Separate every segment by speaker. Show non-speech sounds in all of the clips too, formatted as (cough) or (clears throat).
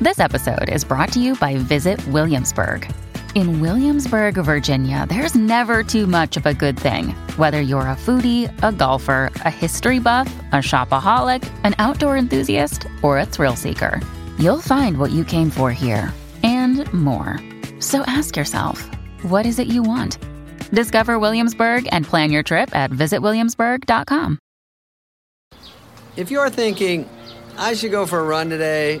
Speaker 1: This episode is brought to you by Visit Williamsburg. In Williamsburg, Virginia, there's never too much of a good thing. Whether you're a foodie, a golfer, a history buff, a shopaholic, an outdoor enthusiast, or a thrill seeker, you'll find what you came for here and more. So ask yourself, what is it you want? Discover Williamsburg and plan your trip at visitwilliamsburg.com.
Speaker 2: If you're thinking, I should go for a run today,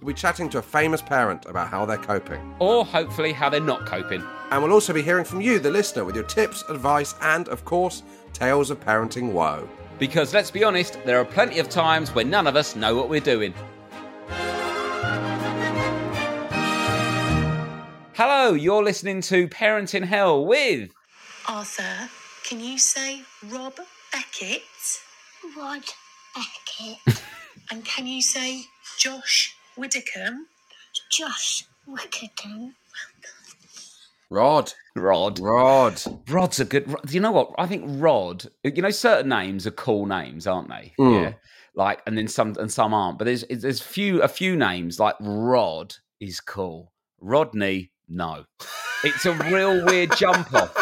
Speaker 3: we'll be chatting to a famous parent about how they're coping.
Speaker 4: Or hopefully how they're not coping.
Speaker 3: And we'll also be hearing from you, the listener, with your tips, advice, and, of course, tales of parenting woe.
Speaker 4: Because let's be honest, there are plenty of times when none of us know what we're doing. Hello, you're listening to Parenting Hell with.
Speaker 5: Arthur, can you say Rob Beckett?
Speaker 6: Rod Beckett,
Speaker 5: And can you say Josh Widdicombe?
Speaker 6: Josh Wickerton,
Speaker 3: Rod.
Speaker 4: Rod.
Speaker 3: Rod.
Speaker 4: Rod's a good. Rod- You know what? I think Rod. You know, certain names are cool names, aren't they?
Speaker 3: Mm.
Speaker 4: Yeah. Like, and then some, and some aren't. But there's there's few a few names like Rod is cool. Rodney, no. It's a real weird jump off.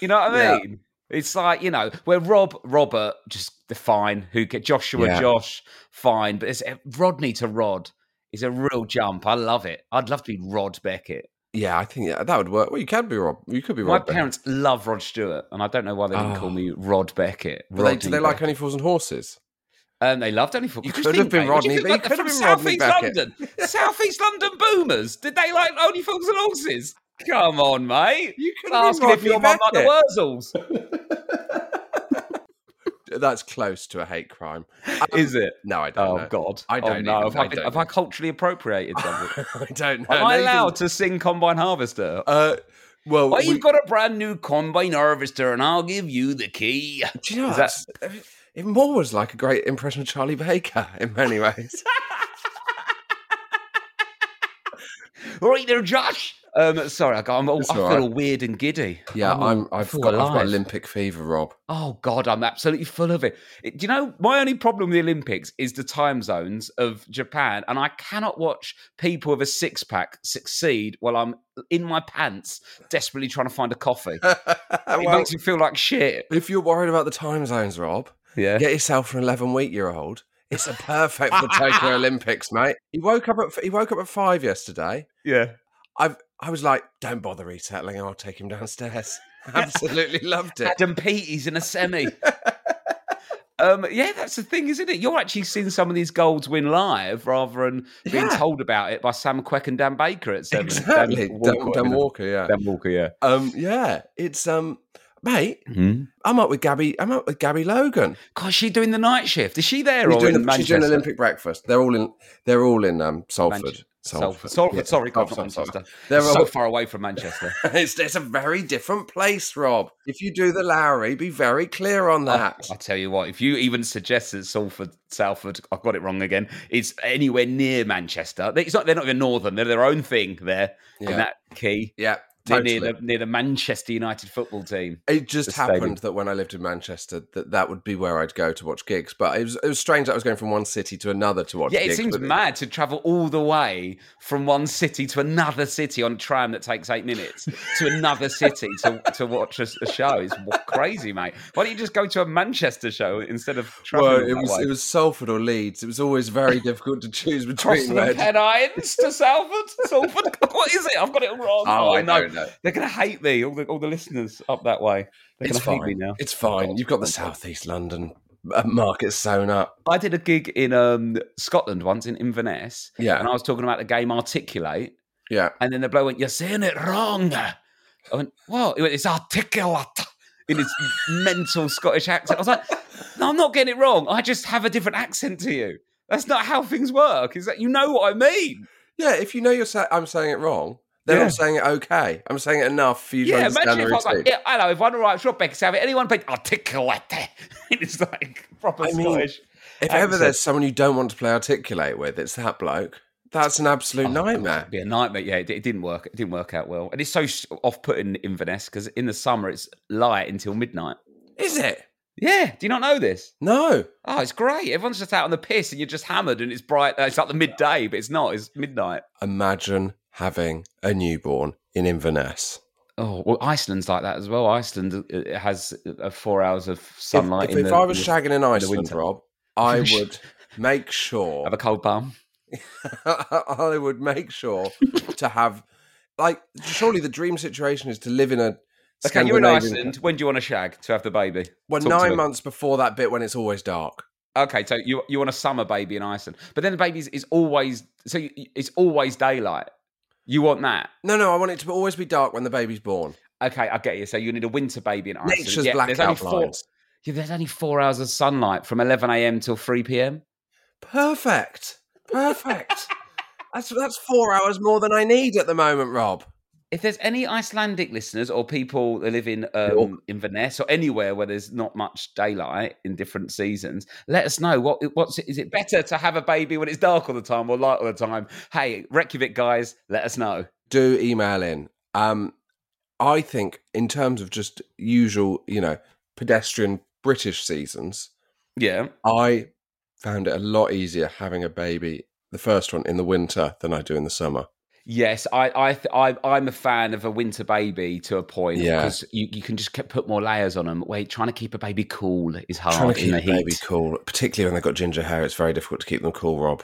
Speaker 4: You know what I
Speaker 3: Yeah.
Speaker 4: mean? It's like you know where Rob, Robert, just the fine. Who get Joshua,
Speaker 3: Yeah.
Speaker 4: Josh, fine. But it's eh, Rodney to Rod is a real jump. I love it. I'd love to be Rod Beckett.
Speaker 3: Yeah, I think yeah, that would work. Well, you can be Rob. You could be
Speaker 4: My
Speaker 3: Rob. Beckett.
Speaker 4: parents love Rod Stewart, and I don't know why they didn't call
Speaker 3: Oh.
Speaker 4: me Rod Beckett.
Speaker 3: But they, do
Speaker 4: Rodney
Speaker 3: they like
Speaker 4: Beckett.
Speaker 3: Only Fools and Horses?
Speaker 4: Um, they loved Only Fools.
Speaker 3: You
Speaker 4: What do
Speaker 3: could have
Speaker 4: think,
Speaker 3: been
Speaker 4: mate? What do
Speaker 3: Rodney,
Speaker 4: think?
Speaker 3: but you
Speaker 4: Like,
Speaker 3: could have
Speaker 4: they're
Speaker 3: been
Speaker 4: from
Speaker 3: Rodney
Speaker 4: South
Speaker 3: Beckett.
Speaker 4: East London, South East London boomers. Did they like Only Fools and Horses? Come on, mate.
Speaker 3: You could have been
Speaker 4: asking if
Speaker 3: Rodney
Speaker 4: your mum like the
Speaker 3: Beckett. (laughs) Um,
Speaker 4: Wurzels.
Speaker 3: That's close to a hate crime.
Speaker 4: Is it?
Speaker 3: No, I don't
Speaker 4: Oh
Speaker 3: know.
Speaker 4: God,
Speaker 3: I
Speaker 4: oh,
Speaker 3: don't
Speaker 4: know.
Speaker 3: even-
Speaker 4: Have I,
Speaker 3: I
Speaker 4: been-
Speaker 3: don't
Speaker 4: have I culturally appropriated something?
Speaker 3: (laughs) I don't know.
Speaker 4: Am I
Speaker 3: No, you can-
Speaker 4: allowed to sing Combine Harvester?
Speaker 3: Uh, well,
Speaker 4: well,
Speaker 3: we-
Speaker 4: you've got a brand new Combine Harvester, and I'll give you the key.
Speaker 3: Do you know
Speaker 4: Is
Speaker 3: what? that's- It more was like a great impression of Charlie Baker (laughs) in many ways.
Speaker 4: All right, there, Josh. Um, sorry, I, got, I'm all,
Speaker 3: It's
Speaker 4: I feel
Speaker 3: all right.
Speaker 4: all weird and giddy.
Speaker 3: yeah,
Speaker 4: all
Speaker 3: I'm. I've
Speaker 4: Oh, full
Speaker 3: got, I've got
Speaker 4: alive.
Speaker 3: Olympic fever, Rob.
Speaker 4: Oh God, I'm absolutely full of it. It- Do you know my only problem with the Olympics is the time zones of Japan, and I cannot watch people with a six pack succeed while I'm in my pants desperately trying to find a
Speaker 3: (laughs)
Speaker 4: coffee. it
Speaker 3: (laughs) well,
Speaker 4: makes me feel like shit.
Speaker 3: if you're worried about the time zones, Rob,
Speaker 4: Yeah.
Speaker 3: get yourself an 11 week year old. It's a perfect for Tokyo (laughs) Olympics, mate. He woke up at he woke up at five yesterday.
Speaker 4: Yeah.
Speaker 3: I've I was like, don't bother resettling. I'll take him (laughs) downstairs. Absolutely loved it.
Speaker 4: Adam Peaties in a semi. (laughs) Um, yeah, that's the thing, isn't it? You're actually seeing some of these golds win live rather than being
Speaker 3: Yeah.
Speaker 4: told about it by Sam Queck and Dan Baker at seven.
Speaker 3: Exactly,
Speaker 4: Dan
Speaker 3: Dan,
Speaker 4: Walker.
Speaker 3: Dan Walker. Yeah,
Speaker 4: Dan Walker, yeah.
Speaker 3: um, yeah. It's um, mate. I'm up with Gabby. I'm up with Gabby Logan.
Speaker 4: God, Hmm. is she doing the night shift? Is she there
Speaker 3: She's
Speaker 4: or in
Speaker 3: doing, she's doing
Speaker 4: Manchester?
Speaker 3: Olympic breakfast. They're all in. They're all in um, Salford.
Speaker 4: Manchester.
Speaker 3: Salford.
Speaker 4: Salford. Salford,
Speaker 3: Yeah,
Speaker 4: sorry, God, not
Speaker 3: Salford, Salford.
Speaker 4: Manchester.
Speaker 3: They're
Speaker 4: so
Speaker 3: all,
Speaker 4: far away from Manchester.
Speaker 3: (laughs) it's, it's a very different place, Rob. If you do the Lowry, be very clear on that.
Speaker 4: I, I tell you what, if you even suggest that Salford, Salford, I've got it wrong again, it's anywhere near Manchester. They- It's not, they're not even northern, they're their own thing there in
Speaker 3: Yeah.
Speaker 4: that key.
Speaker 3: yeah,
Speaker 4: They're
Speaker 3: totally.
Speaker 4: Near, the, near the Manchester United football team.
Speaker 3: It just
Speaker 4: the stadium.
Speaker 3: happened that when I lived in Manchester, that that would be where I'd go to watch gigs. But it was, it was strange that I was going from one city to another to watch.
Speaker 4: Yeah, it
Speaker 3: gigs
Speaker 4: seems
Speaker 3: with
Speaker 4: mad to travel all the way from one city to another city on a tram that takes eight minutes to another city to, to watch a, s- a show. It's w- crazy, mate. Why don't you just go to a Manchester show instead of traveling?
Speaker 3: Well,
Speaker 4: all
Speaker 3: it
Speaker 4: that
Speaker 3: was
Speaker 4: way?
Speaker 3: it was Salford or Leeds. It was
Speaker 4: (laughs)
Speaker 3: always very difficult to choose
Speaker 4: Crossing
Speaker 3: between.
Speaker 4: the (laughs)
Speaker 3: where-
Speaker 4: Pennines to Salford? Salford? What is it? I've got it all wrong.
Speaker 3: Oh, I
Speaker 4: know.
Speaker 3: don't know.
Speaker 4: They're going to hate me. All the all the listeners up that way. They're
Speaker 3: It's
Speaker 4: going to hate me
Speaker 3: fine.
Speaker 4: now.
Speaker 3: It's fine. You've got the southeast London uh, market sewn up.
Speaker 4: I did a gig in um, Scotland once in Inverness, and
Speaker 3: Yeah,
Speaker 4: I was talking about the game Articulate,
Speaker 3: yeah.
Speaker 4: and then the bloke went, "You're saying it wrong." I went, "What?" He went, "It's articulate." In his (laughs) mental Scottish accent, I was like, "No, I'm not getting it wrong. I just have a different accent to you. That's not how things work. Is that you know what I mean?"
Speaker 3: Yeah, if you know you're sa- I'm saying it wrong, then
Speaker 4: Yeah.
Speaker 3: I'm saying it okay. I'm saying it enough for you to
Speaker 4: Yeah,
Speaker 3: understand
Speaker 4: imagine
Speaker 3: the
Speaker 4: if I was like,
Speaker 3: routine.
Speaker 4: "Yeah, hello, if I'm right, sure, Becky Savage, anyone played articulate?" (laughs) it's like proper
Speaker 3: I mean,
Speaker 4: Scottish.
Speaker 3: If ever
Speaker 4: accent.
Speaker 3: there's someone you don't want to play articulate with, it's that bloke. That's an
Speaker 4: Oh,
Speaker 3: absolute nightmare.
Speaker 4: It'd be a nightmare. Yeah, it, it didn't work. It didn't work out well, and it's so sh- off-putting in Inverness because in the summer it's light until midnight.
Speaker 3: Is it?
Speaker 4: Yeah, do you not know this?
Speaker 3: No.
Speaker 4: Oh, it's great. Everyone's just out on the piss, and you're just hammered, and it's bright. uh, It's like the midday, but it's not. It's midnight.
Speaker 3: Imagine having a newborn in Inverness.
Speaker 4: Oh, well, Iceland's like that as well. Iceland uh, has uh, four hours of
Speaker 3: If,
Speaker 4: sunlight.
Speaker 3: if,
Speaker 4: in
Speaker 3: if
Speaker 4: the-
Speaker 3: I was
Speaker 4: in the-
Speaker 3: shagging in Iceland,
Speaker 4: winter.
Speaker 3: Rob,
Speaker 4: (laughs)
Speaker 3: I would make sure
Speaker 4: have a cold bum.
Speaker 3: (laughs) I would make sure to have like surely the dream situation is to live in a
Speaker 4: Okay, you're in
Speaker 3: Scandinavian-
Speaker 4: Iceland. When do you want to shag to have the baby?
Speaker 3: Well,
Speaker 4: Talk to
Speaker 3: nine
Speaker 4: me.
Speaker 3: months before that bit when it's always dark.
Speaker 4: Okay, so you you want a summer baby in Iceland, but then the baby is- is always so you, it's always daylight. You want that?
Speaker 3: No, no, I want it to always be dark when the baby's born.
Speaker 4: Okay, I get you. So you need a winter baby in Iceland.
Speaker 3: Nature's
Speaker 4: Yeah,
Speaker 3: blackout
Speaker 4: four,
Speaker 3: lines.
Speaker 4: Yeah, there's only four hours of sunlight from 11 a.m. till 3 p.m.
Speaker 3: Perfect.
Speaker 4: (laughs)
Speaker 3: Perfect. that's that's four hours more than I need at the moment, Rob.
Speaker 4: If there's any Icelandic listeners or people that live in um,
Speaker 3: York.
Speaker 4: Inverness or anywhere where there's not much daylight in different seasons, let us know. What what's is it better to have a baby when it's dark all the time or light all the time? Hey, Reykjavik guys, let us know.
Speaker 3: Do email in. Um, I think in terms of just usual, you know, pedestrian British seasons,
Speaker 4: Yeah,
Speaker 3: I found it a lot easier having a baby, the first one in the winter, than I do in the summer.
Speaker 4: Yes, I, I, th- I, I'm a fan of a winter baby to a point
Speaker 3: Yeah.
Speaker 4: because you, you can just ke- put more layers on them. Wait, trying to keep a baby cool is hard
Speaker 3: Trying to
Speaker 4: Ah, in
Speaker 3: keep
Speaker 4: the
Speaker 3: a
Speaker 4: heat.
Speaker 3: baby cool, particularly when they've got ginger hair, it's very difficult to keep them cool, Rob.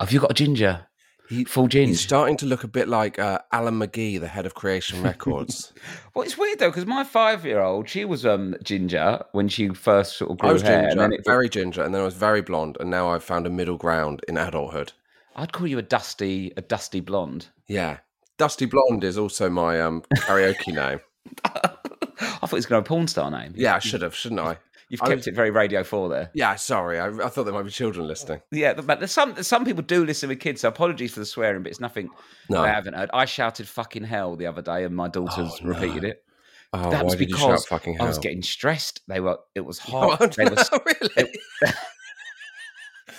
Speaker 4: Have you got a ginger?
Speaker 3: He-
Speaker 4: Full ginger.
Speaker 3: He's starting to look a bit like uh, Alan McGee, the head of Creation
Speaker 4: (laughs)
Speaker 3: Records.
Speaker 4: well, it's weird though because my five-year-old, she was um ginger when she first sort of grew
Speaker 3: I was
Speaker 4: hair,
Speaker 3: ginger,
Speaker 4: and then it,
Speaker 3: very ginger, and then I was very blonde, and now I've found a middle ground in adulthood.
Speaker 4: I'd call you a dusty, a dusty blonde. (gasps)
Speaker 3: Yeah, Dusty Blonde is also my um,
Speaker 4: (laughs)
Speaker 3: karaoke name.
Speaker 4: I thought it was going to be a porn star name.
Speaker 3: Yeah, I should have, shouldn't I?
Speaker 4: You've
Speaker 3: I
Speaker 4: kept
Speaker 3: was-
Speaker 4: it very Radio Four there.
Speaker 3: Yeah, sorry, I, I thought there might be children listening.
Speaker 4: Yeah, but there's some there's some people do listen with kids, so apologies for the swearing, but it's nothing
Speaker 3: No,
Speaker 4: I haven't heard. I shouted "fucking hell" the other day, and my daughters
Speaker 3: no.
Speaker 4: repeated it.
Speaker 3: oh,
Speaker 4: that
Speaker 3: why
Speaker 4: was
Speaker 3: did you
Speaker 4: because
Speaker 3: shout fucking
Speaker 4: I
Speaker 3: hell?
Speaker 4: was getting stressed. They were. It was
Speaker 3: (laughs)
Speaker 4: (laughs)
Speaker 3: Oh,
Speaker 4: hard. They were-
Speaker 3: really? (laughs)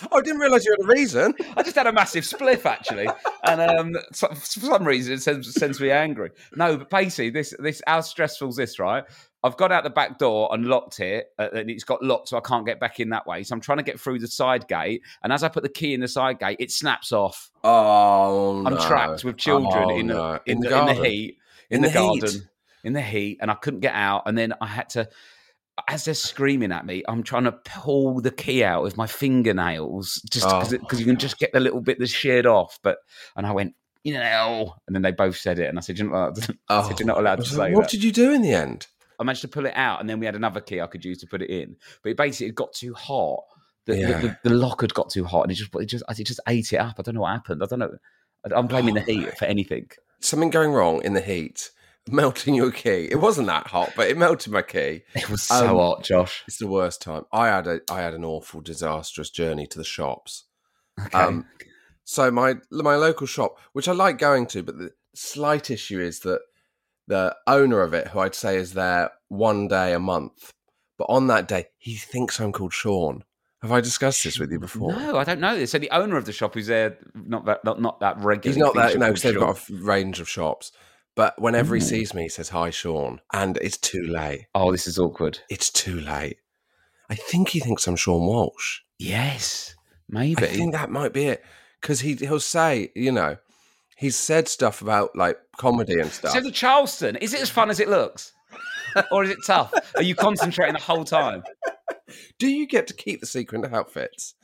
Speaker 3: I didn't realise you had a reason.
Speaker 4: I just had a massive spliff actually, and um, so, for some reason it sends, sends me angry. No, but basically, this this how stressful is this, right? I've got out the back door and locked it, uh, and it's got locked, so I can't get back in that way. So I'm trying to get through the side gate, and as I put the key in the side gate, it snaps off.
Speaker 3: Oh,
Speaker 4: I'm
Speaker 3: no.
Speaker 4: trapped with children
Speaker 3: Oh,
Speaker 4: in, the-
Speaker 3: no.
Speaker 4: in,
Speaker 3: the
Speaker 4: the, in the
Speaker 3: garden.
Speaker 4: heat, in,
Speaker 3: In
Speaker 4: the,
Speaker 3: the heat.
Speaker 4: garden, in the heat, and I couldn't get out. And then I had to, as they're screaming at me, I'm trying to pull the key out with my fingernails, just because
Speaker 3: Oh,
Speaker 4: you can just get the little bit that's sheared off. But and I went, you know, and then they both said it, and I said, you're not allowed to, I said, you're not allowed to
Speaker 3: So
Speaker 4: say
Speaker 3: Oh. What
Speaker 4: that.
Speaker 3: did you do in the end?
Speaker 4: (laughs) I managed to pull it out, and then we had another key I could use to put it in. But it basically got too hot. The, the-
Speaker 3: Yeah.
Speaker 4: the, the lock had got too hot, and it just it just it just ate it up. I don't know what happened. I don't know. I- I'm blaming the
Speaker 3: Oh,
Speaker 4: heat
Speaker 3: mate.
Speaker 4: for anything.
Speaker 3: Something going wrong in the heat, melting your key. It wasn't that hot, but it melted my key.
Speaker 4: (laughs) It was so
Speaker 3: Um,
Speaker 4: hot, Josh.
Speaker 3: It's the worst time. I had a I had an awful, disastrous journey to the shops.
Speaker 4: Okay.
Speaker 3: Um, so my my local shop, which I like going to, but the slight issue is that the owner of it, who I'd say is there one day a month, but on that day he thinks I'm called Sean. Have I discussed this with you before?
Speaker 4: No, I don't know this. So the owner of the shop who's there, not that, not, not that regular.
Speaker 3: He's not that. No, because they've got a f- range of shops. But whenever
Speaker 4: Mm.
Speaker 3: he sees me, he says hi, Sean, and it's too late.
Speaker 4: Oh, this is awkward.
Speaker 3: It's too late. I think he thinks I'm Sean Walsh.
Speaker 4: Yes, maybe.
Speaker 3: I think that might be it because he he'll say, you know, he's said stuff about like comedy and stuff.
Speaker 4: so the Charleston is it as fun as it looks, (laughs) or is it tough? Are you concentrating the whole time?
Speaker 3: Do you get to keep the secret outfits?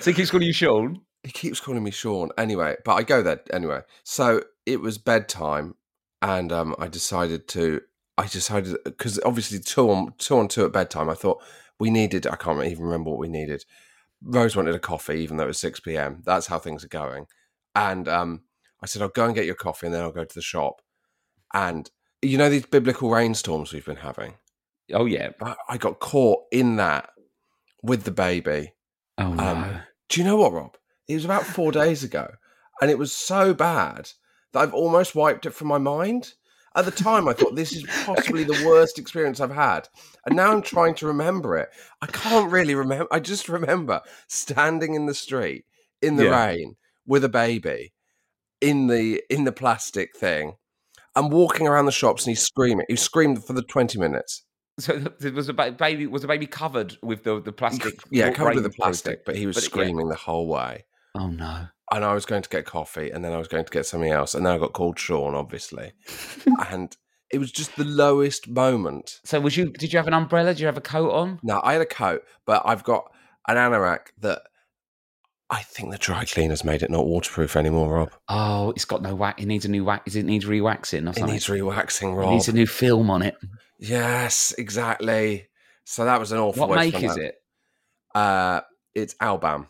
Speaker 4: So he keeps calling you Sean.
Speaker 3: He keeps calling me Sean anyway, but I go there anyway. So it was bedtime, and um, I decided to. I decided because obviously two on two on two at bedtime. I thought we needed. I can't even remember what we needed. Rose wanted a coffee, even though it was six p.m. That's how things are going. And um, I said, "I'll go and get your coffee, and then I'll go to the shop." And you know these biblical rainstorms we've been having.
Speaker 4: Oh yeah.
Speaker 3: I, I got caught in that with the baby.
Speaker 4: Oh no.
Speaker 3: Um, do you know what, Rob? It was about four days ago, and it was so bad that I've almost wiped it from my mind. At the time, I thought this
Speaker 4: (laughs)
Speaker 3: is possibly the worst experience I've had, and now I'm trying to remember it. I can't really remember. I just remember standing in the street in the
Speaker 4: Yeah.
Speaker 3: rain with a baby in the in the plastic thing, and walking around the shops, and he's screaming. He screamed for the twenty minutes.
Speaker 4: so it was the ba- baby was the baby covered with the the plastic.
Speaker 3: Yeah,
Speaker 4: rain
Speaker 3: covered with the
Speaker 4: coating?
Speaker 3: plastic, but he was
Speaker 4: But it- yeah.
Speaker 3: screaming the whole way.
Speaker 4: Oh no.
Speaker 3: and I was going to get coffee, and then I was going to get something else, and then I got called
Speaker 4: (laughs)
Speaker 3: Sean, obviously, and it was just the lowest moment.
Speaker 4: So was you? Did you have an umbrella? Did you have a coat on?
Speaker 3: Now I had a coat, but I've got an anorak that I think the dry cleaners made it not waterproof anymore. Rob,
Speaker 4: Oh, it's got no wax. It needs a new wax. It needs re-waxing or
Speaker 3: it
Speaker 4: something.
Speaker 3: needs re-waxing,
Speaker 4: It
Speaker 3: Rob.
Speaker 4: needs a new film on it.
Speaker 3: yes, exactly. So that was an awful.
Speaker 4: What
Speaker 3: way to
Speaker 4: make
Speaker 3: spend
Speaker 4: is
Speaker 3: that.
Speaker 4: it?
Speaker 3: Uh, it's Albam,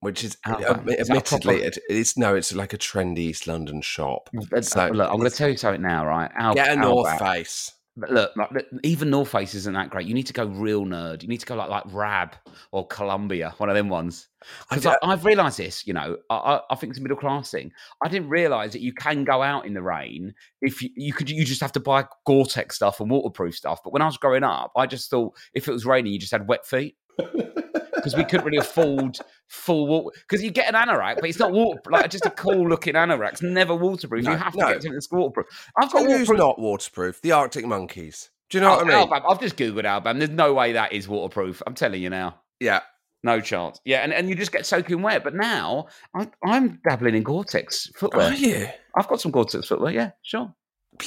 Speaker 3: which is
Speaker 4: Alban.
Speaker 3: admi-
Speaker 4: Is that a proper-
Speaker 3: admittedly it, it's no, it's like a trendy East London shop.
Speaker 4: That's-
Speaker 3: So-
Speaker 4: Uh, look, I'm going to tell you something now, right? Al,
Speaker 3: Get a North
Speaker 4: Albert-
Speaker 3: Face.
Speaker 4: But look, like, look, even North Face isn't that great. You need to go real nerd. You need to go like like Rab or Columbia, one of them ones.
Speaker 3: I
Speaker 4: Because
Speaker 3: d-
Speaker 4: I, I've realised this. You know, I, I, I think it's a middle class thing. I didn't realise that you can go out in the rain if you, you could. You just have to buy Gore-Tex stuff and waterproof stuff. But when I was growing up, I just thought if it was raining, you just had wet
Speaker 3: (laughs)
Speaker 4: feet. Because we couldn't really afford full water. Because you get an anorak, but it's not water like just a cool looking anorak. It's never waterproof.
Speaker 3: No,
Speaker 4: you have to
Speaker 3: no.
Speaker 4: get something that's waterproof. I've got
Speaker 3: Who's
Speaker 4: waterproof
Speaker 3: not waterproof? The Arctic Monkeys. Do you know
Speaker 4: Oh,
Speaker 3: what I mean?
Speaker 4: Alabama. I've just googled Alabama. There's no way that is waterproof. I'm telling you now.
Speaker 3: Yeah.
Speaker 4: No chance. Yeah, and, and you just get soaking wet. But now I, I'm dabbling in Gore-Tex footwear.
Speaker 3: you?
Speaker 4: I've got some Gore-Tex footwear. Yeah, sure.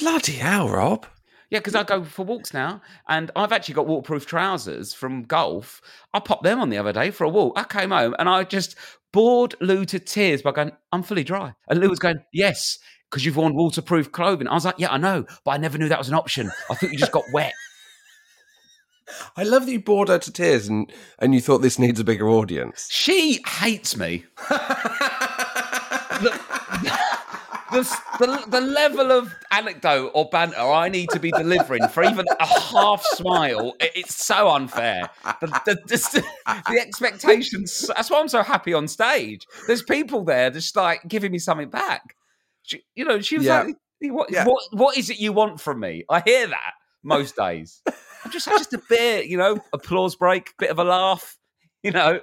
Speaker 3: Bloody hell, Rob.
Speaker 4: Yeah, because I go for walks now, and I've actually got waterproof trousers from golf. I popped them on the other day for a walk. I came home and I just bored Lou to tears by going, "I'm fully dry," and Lou was going, "Yes." Because you've worn waterproof clothing. I was like, yeah, I know, but I never knew that was an option. I thought you just got wet.
Speaker 3: I love that you bored her to tears and, and you thought this needs a bigger audience.
Speaker 4: She hates (laughs) me. the, the, the level of anecdote or banter I need to be delivering for even a half smile, it- it's so unfair. The, the, just- the expectations, that's why I'm so happy on stage. There's people there just like giving me something back. She, you know, she was
Speaker 3: Yeah.
Speaker 4: like, what,
Speaker 3: Yeah.
Speaker 4: what, what is it you want from me? I hear that most days. I'm just, just a bit, you know, applause break, bit of a laugh, you know.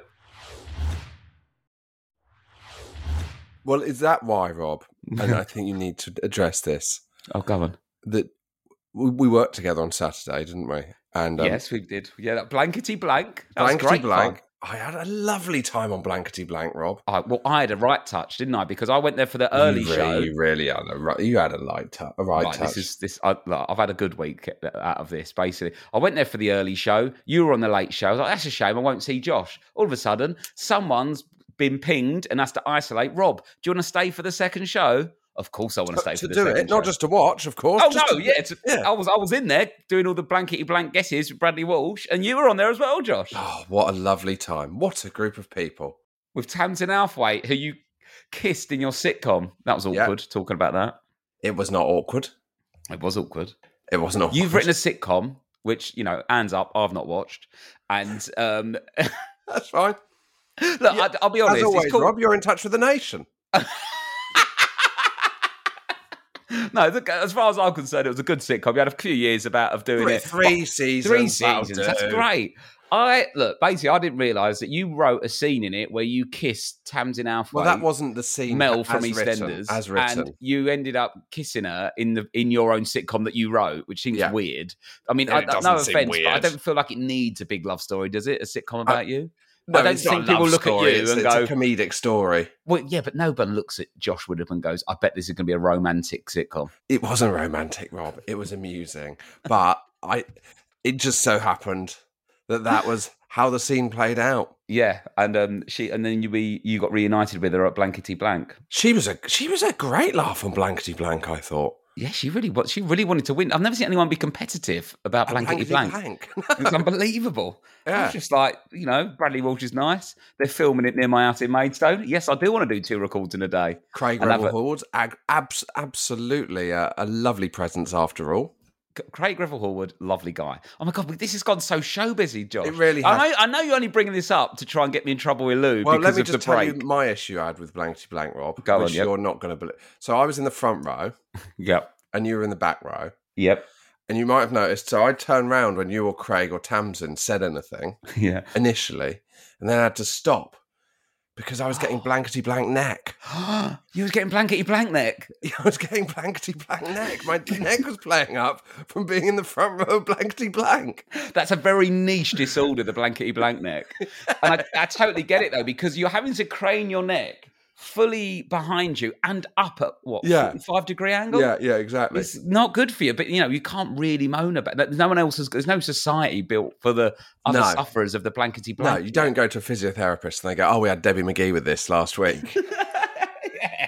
Speaker 3: Well, is that why, Rob? And
Speaker 4: (laughs)
Speaker 3: I think you need to address this.
Speaker 4: Oh, go on.
Speaker 3: That we, we worked together on Saturday, didn't we? And um,
Speaker 4: Yes, we did. Yeah, that blankety blank. That was
Speaker 3: Blankety
Speaker 4: great
Speaker 3: Blank.
Speaker 4: fun.
Speaker 3: I had a lovely time on Blankety Blank, Rob.
Speaker 4: I, well, I had a right touch, didn't I? Because I went there for the
Speaker 3: You
Speaker 4: early
Speaker 3: really,
Speaker 4: show.
Speaker 3: You really had a right. You had a light touch. A right,
Speaker 4: Right,
Speaker 3: touch.
Speaker 4: this is this. I, like, I've had a good week out of this. Basically, I went there for the early show. You were on the late show. I was like, that's a shame. I won't see Josh. All of a sudden, someone's been pinged and has to isolate. Rob, do you want to stay for the second show? Of course, I want to stay
Speaker 3: to
Speaker 4: for the
Speaker 3: do
Speaker 4: second
Speaker 3: it, not
Speaker 4: show.
Speaker 3: just to watch, of course.
Speaker 4: Oh
Speaker 3: just
Speaker 4: no,
Speaker 3: to-
Speaker 4: yeah, it's,
Speaker 3: yeah.
Speaker 4: I was I was in there doing all the blankety blank guesses with Bradley Walsh, and you were on there as well, Josh.
Speaker 3: Oh, what a lovely time. What a group of people.
Speaker 4: with Tamsin Althwaite, who you kissed in your sitcom. That was
Speaker 3: Yeah.
Speaker 4: awkward. Talking about that,
Speaker 3: It was not awkward.
Speaker 4: it was awkward.
Speaker 3: It wasn't awkward.
Speaker 4: You've written a sitcom, which you know, hands up, I've not watched. And um, (laughs)
Speaker 3: That's fine.
Speaker 4: look,
Speaker 3: Yeah,
Speaker 4: I, will be honest.
Speaker 3: As always,
Speaker 4: it's called,
Speaker 3: Rob, you're in touch with the nation.
Speaker 4: no, look, as far as I'm concerned, it was a good sitcom. You had a few years about of doing
Speaker 3: Three,
Speaker 4: it.
Speaker 3: seasons.
Speaker 4: Three
Speaker 3: that'll
Speaker 4: seasons. That's
Speaker 3: do.
Speaker 4: great. I look basically. I didn't realize that you wrote a scene in it where you kissed Tamsin Althwaite.
Speaker 3: Well, that wasn't the scene.
Speaker 4: Mel from
Speaker 3: as
Speaker 4: EastEnders,
Speaker 3: written, as written.
Speaker 4: and you ended up kissing her in the in your own sitcom that you wrote, which seems
Speaker 3: Yeah.
Speaker 4: weird. I mean,
Speaker 3: Yeah,
Speaker 4: I,
Speaker 3: it doesn't
Speaker 4: no
Speaker 3: seem
Speaker 4: offense, but I
Speaker 3: weird.
Speaker 4: don't feel like it needs a big love story, does it? A sitcom about you?
Speaker 3: no,
Speaker 4: I don't
Speaker 3: it's not a
Speaker 4: think people
Speaker 3: love
Speaker 4: look at
Speaker 3: story,
Speaker 4: you
Speaker 3: it's,
Speaker 4: and
Speaker 3: it's
Speaker 4: go-
Speaker 3: a comedic story.
Speaker 4: Well, yeah, but no one looks at Josh Woodham and goes, "I bet this is going to be a romantic sitcom."
Speaker 3: It wasn't romantic, Rob. It was amusing, but I. It just so happened that that was how the scene played out.
Speaker 4: Yeah, and um, she and then you we you got reunited with her at Blankety Blank.
Speaker 3: She was a she was a great laugh on Blankety Blank. I thought
Speaker 4: Yeah, she really wa- she really wanted to win. I've never seen anyone be competitive about Blankety Blank.
Speaker 3: (laughs)
Speaker 4: It's unbelievable. I
Speaker 3: Yeah.
Speaker 4: was just like, you know, Bradley Walsh is nice. They're filming it near my house in Maidstone. Yes, I do want to do two records in a day.
Speaker 3: Craig
Speaker 4: I love
Speaker 3: Rebel
Speaker 4: it.
Speaker 3: Hordes, ag- abs- absolutely a, a lovely presence after all.
Speaker 4: C- Craig Revel Horwood, lovely guy. Oh my god, this has gone so show busy, Josh.
Speaker 3: It really
Speaker 4: I
Speaker 3: has.
Speaker 4: know, I know you're only bringing this up to try and get me in trouble with Lou
Speaker 3: Well,
Speaker 4: because
Speaker 3: let me
Speaker 4: of
Speaker 3: just
Speaker 4: the
Speaker 3: tell
Speaker 4: break.
Speaker 3: you my issue I had with Blankety Blank Rob,
Speaker 4: Go on,
Speaker 3: which
Speaker 4: yep.
Speaker 3: you're not going to believe. So I was in the front row
Speaker 4: Yep,
Speaker 3: and you were in the back row,
Speaker 4: yep, (laughs)
Speaker 3: and you might have noticed. So I turned round when you or Craig or Tamsin said anything
Speaker 4: yeah. (gasps)
Speaker 3: initially, and then I had to stop because I was
Speaker 4: (gasps)
Speaker 3: getting Blankety Blank neck. (laughs)
Speaker 4: you was getting blankety blank neck.
Speaker 3: I was getting Blankety Blank neck. My neck was playing up from being in the front row of Blankety Blank.
Speaker 4: That's a very niche disorder, the blankety blank neck. And I, I totally get it though, because you're having to crane your neck fully behind you and up at what
Speaker 3: Yeah.
Speaker 4: five degree angle.
Speaker 3: yeah, exactly.
Speaker 4: It's not good for you, but you know you can't really moan about that. No one else has. There's no society built for the other
Speaker 3: No.
Speaker 4: sufferers of the blankety
Speaker 3: No,
Speaker 4: blank.
Speaker 3: you don't go to a physiotherapist and they go, "Oh, we had Debbie McGee with this
Speaker 4: (laughs)
Speaker 3: last week."
Speaker 4: yeah.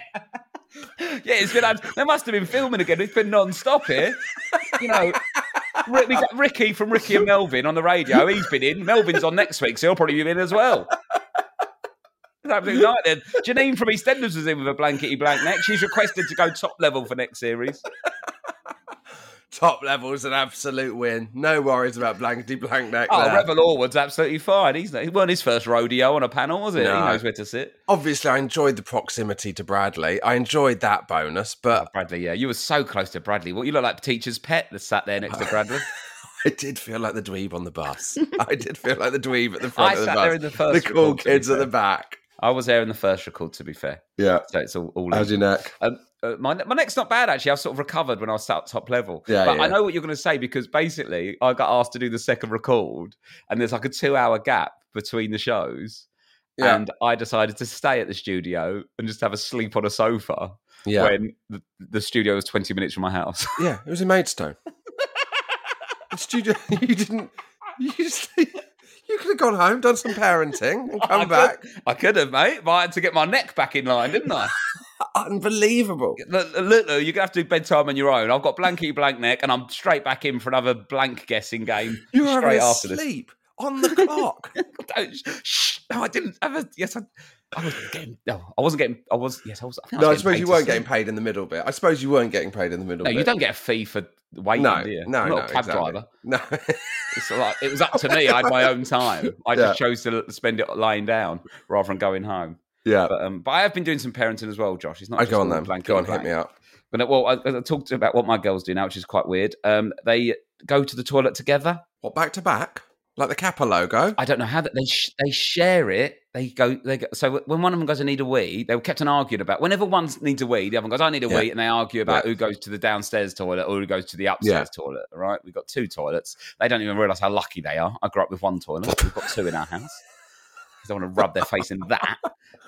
Speaker 4: yeah, it's been. They must have been filming again. It's been non-stop here. You know, we we got Ricky from Ricky and Melvin on the radio. He's been in. Melvin's on next week, so he'll probably be in as well. It's Absolute night then. Janine from EastEnders was in with a blankety blank neck. She's requested to go top level for next series.
Speaker 3: Top level is an absolute win. No worries about blankety blank neck.
Speaker 4: Oh,
Speaker 3: there.
Speaker 4: Revel Orwood's absolutely fine. He's not, he wasn't his first rodeo on a panel, was it? He
Speaker 3: No.
Speaker 4: knows where to sit.
Speaker 3: Obviously, I enjoyed the proximity to Bradley. I enjoyed that bonus, but
Speaker 4: Bradley, yeah, you were so close to Bradley. What you look like, teacher's pet that sat there (laughs) next to Bradley.
Speaker 3: (laughs) I did feel like the dweeb on the bus. I did feel like the dweeb at the front
Speaker 4: I
Speaker 3: of the
Speaker 4: sat
Speaker 3: bus.
Speaker 4: there in the first
Speaker 3: the cool
Speaker 4: record, to be
Speaker 3: kids at
Speaker 4: fair.
Speaker 3: the back.
Speaker 4: I was there in the first record, to be fair.
Speaker 3: Yeah,
Speaker 4: So it's all. all
Speaker 3: how's your neck?
Speaker 4: Um, uh, my, my neck's not bad actually. I've sort of recovered when I was at top level.
Speaker 3: Yeah,
Speaker 4: but
Speaker 3: yeah.
Speaker 4: I know what you're going to say because basically I got asked to do the second record, and there's like a two hour gap between the shows.
Speaker 3: Yeah,
Speaker 4: And I decided to stay at the studio and just have a sleep on a sofa
Speaker 3: yeah,
Speaker 4: when the, the studio was 20 minutes from my house. (laughs)
Speaker 3: yeah. It was in Maidstone. the studio. (laughs) You didn't. You just. (laughs) You could have gone home, done some parenting, and come
Speaker 4: I
Speaker 3: back.
Speaker 4: Could, I could have, mate, but I had to get my neck back in line, didn't I?
Speaker 3: Unbelievable.
Speaker 4: Look, look, Lou, you're gonna have to do bedtime on your own. I've got blankety blank neck, and I'm straight back in for another blank guessing game.
Speaker 3: (laughs) You were
Speaker 4: straight
Speaker 3: having a
Speaker 4: after this.
Speaker 3: sleep on (laughs) the clock.
Speaker 4: Don't, shh, no, I didn't. Have a, yes, I, I was getting. No, I wasn't getting. I was. Yes, I was. I think
Speaker 3: no, I
Speaker 4: was
Speaker 3: suppose
Speaker 4: paid
Speaker 3: you
Speaker 4: to
Speaker 3: weren't
Speaker 4: sleep.
Speaker 3: getting paid in the middle bit. I suppose you weren't getting paid in the middle
Speaker 4: No,
Speaker 3: bit.
Speaker 4: you don't get a fee for waiting.
Speaker 3: No,
Speaker 4: do you?
Speaker 3: no,
Speaker 4: I'm
Speaker 3: no,
Speaker 4: not a cab
Speaker 3: exactly.
Speaker 4: driver.
Speaker 3: (laughs) No.
Speaker 4: It's like it was
Speaker 3: (laughs)
Speaker 4: up to me. I had my own time. I just chose to spend it lying down rather than going home.
Speaker 3: yeah.
Speaker 4: But um, but I have been doing some parenting as well, Josh. It's not.
Speaker 3: I
Speaker 4: just
Speaker 3: Oh, go on
Speaker 4: all
Speaker 3: then.
Speaker 4: blankety
Speaker 3: Go on,
Speaker 4: blank.
Speaker 3: hit me up.
Speaker 4: But uh, well, I, I talked about what my girls do now, which is quite weird. Um, they go to the toilet together.
Speaker 3: What back to back? Like the Kappa logo?
Speaker 4: I don't know how that they sh- they share it. They go they go, so when one of them goes, I need a wee. They were kept on arguing about whenever one needs a wee, the other one goes, I need a
Speaker 3: Yeah.
Speaker 4: wee, and they argue about
Speaker 3: Yeah.
Speaker 4: who goes to the downstairs toilet or who goes to the upstairs toilet. All right, we've got two toilets. They don't even realize how lucky they are. I grew up with one toilet. We've got two in our house. 'Cause I want to rub their face in that.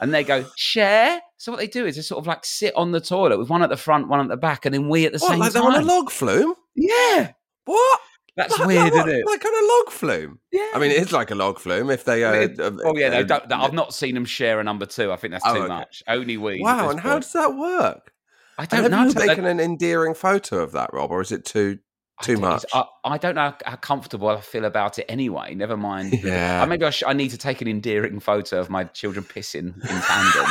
Speaker 4: And they go share. So what they do is they sort of like sit on the toilet with one at the front, one at the back, and then we at the
Speaker 3: what,
Speaker 4: same
Speaker 3: like
Speaker 4: time.
Speaker 3: they're on a log flume?
Speaker 4: Yeah,
Speaker 3: What?
Speaker 4: that's
Speaker 3: Like-
Speaker 4: weird,
Speaker 3: like,
Speaker 4: isn't it?
Speaker 3: Like on a log flume?
Speaker 4: yeah.
Speaker 3: I mean, it is like a log flume if they.
Speaker 4: I
Speaker 3: Uh,
Speaker 4: mean, it-
Speaker 3: uh,
Speaker 4: oh yeah,
Speaker 3: uh,
Speaker 4: they don't, I've not seen them share a number two. I think that's too
Speaker 3: Oh, okay.
Speaker 4: much. Only we. at
Speaker 3: Wow,
Speaker 4: this
Speaker 3: and how
Speaker 4: point.
Speaker 3: does that work?
Speaker 4: I
Speaker 3: And
Speaker 4: don't
Speaker 3: have
Speaker 4: know.
Speaker 3: you
Speaker 4: but
Speaker 3: taken
Speaker 4: they-
Speaker 3: an endearing photo of that, Rob, or is it too
Speaker 4: I
Speaker 3: too
Speaker 4: don't-
Speaker 3: much?
Speaker 4: I, I don't know how comfortable I feel about it anyway. Never mind.
Speaker 3: (laughs) (laughs) Yeah.
Speaker 4: Uh, maybe I, sh- I need to take an endearing photo of my children pissing in tandem.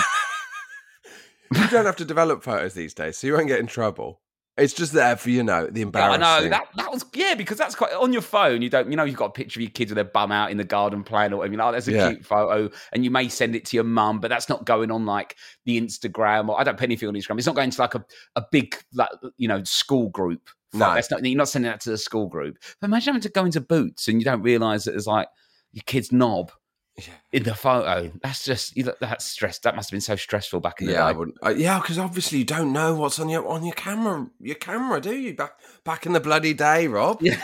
Speaker 3: you don't have to develop photos these days, so you won't get in trouble. It's just there for you know the
Speaker 4: Yeah, I
Speaker 3: embarrassing.
Speaker 4: know that that was yeah because that's quite on your phone. You don't you know you've got a picture of your kids with their bum out in the garden playing or whatever. You're like, oh, that's a
Speaker 3: Yeah.
Speaker 4: cute photo, and you may send it to your mum, but that's not going on like the Instagram or I don't put anything on Instagram. It's not going to like a a big like you know school group.
Speaker 3: No.
Speaker 4: Like, that's not you're not sending that to the school group. But imagine having to go into Boots and you don't realise that there's like your kid's knob.
Speaker 3: Yeah.
Speaker 4: In the photo, that's just you look, that's stress. That must have been so stressful back in the
Speaker 3: Yeah, I
Speaker 4: day.
Speaker 3: wouldn't. Uh, yeah, because obviously you don't know what's on your on your camera, your camera, do you? Back back in the bloody day, Rob.
Speaker 4: Yeah.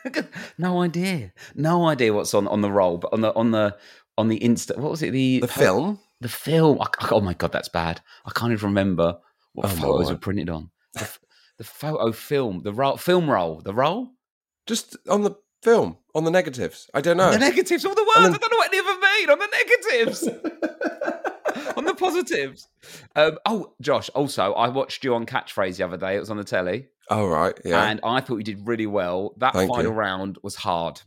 Speaker 4: (laughs) no idea. No idea what's on on the roll, but on the on the on the insta. What was it? The
Speaker 3: The film.
Speaker 4: The film. I c- oh my god, that's bad. I can't even remember what
Speaker 3: Oh, my
Speaker 4: photos were
Speaker 3: word.
Speaker 4: printed on. The, f- the photo film. The roll. Film roll. The roll.
Speaker 3: Just on the film. on the negatives. I don't know.
Speaker 4: The negatives, all the words.
Speaker 3: then-
Speaker 4: I don't know what any of them mean. On the negatives, (laughs) on the positives. Um, oh, Josh. Also, I watched you on Catchphrase the other day. It was on the telly,
Speaker 3: oh right, yeah.
Speaker 4: and I thought you did really well. That
Speaker 3: Thank
Speaker 4: final
Speaker 3: you.
Speaker 4: round was hard.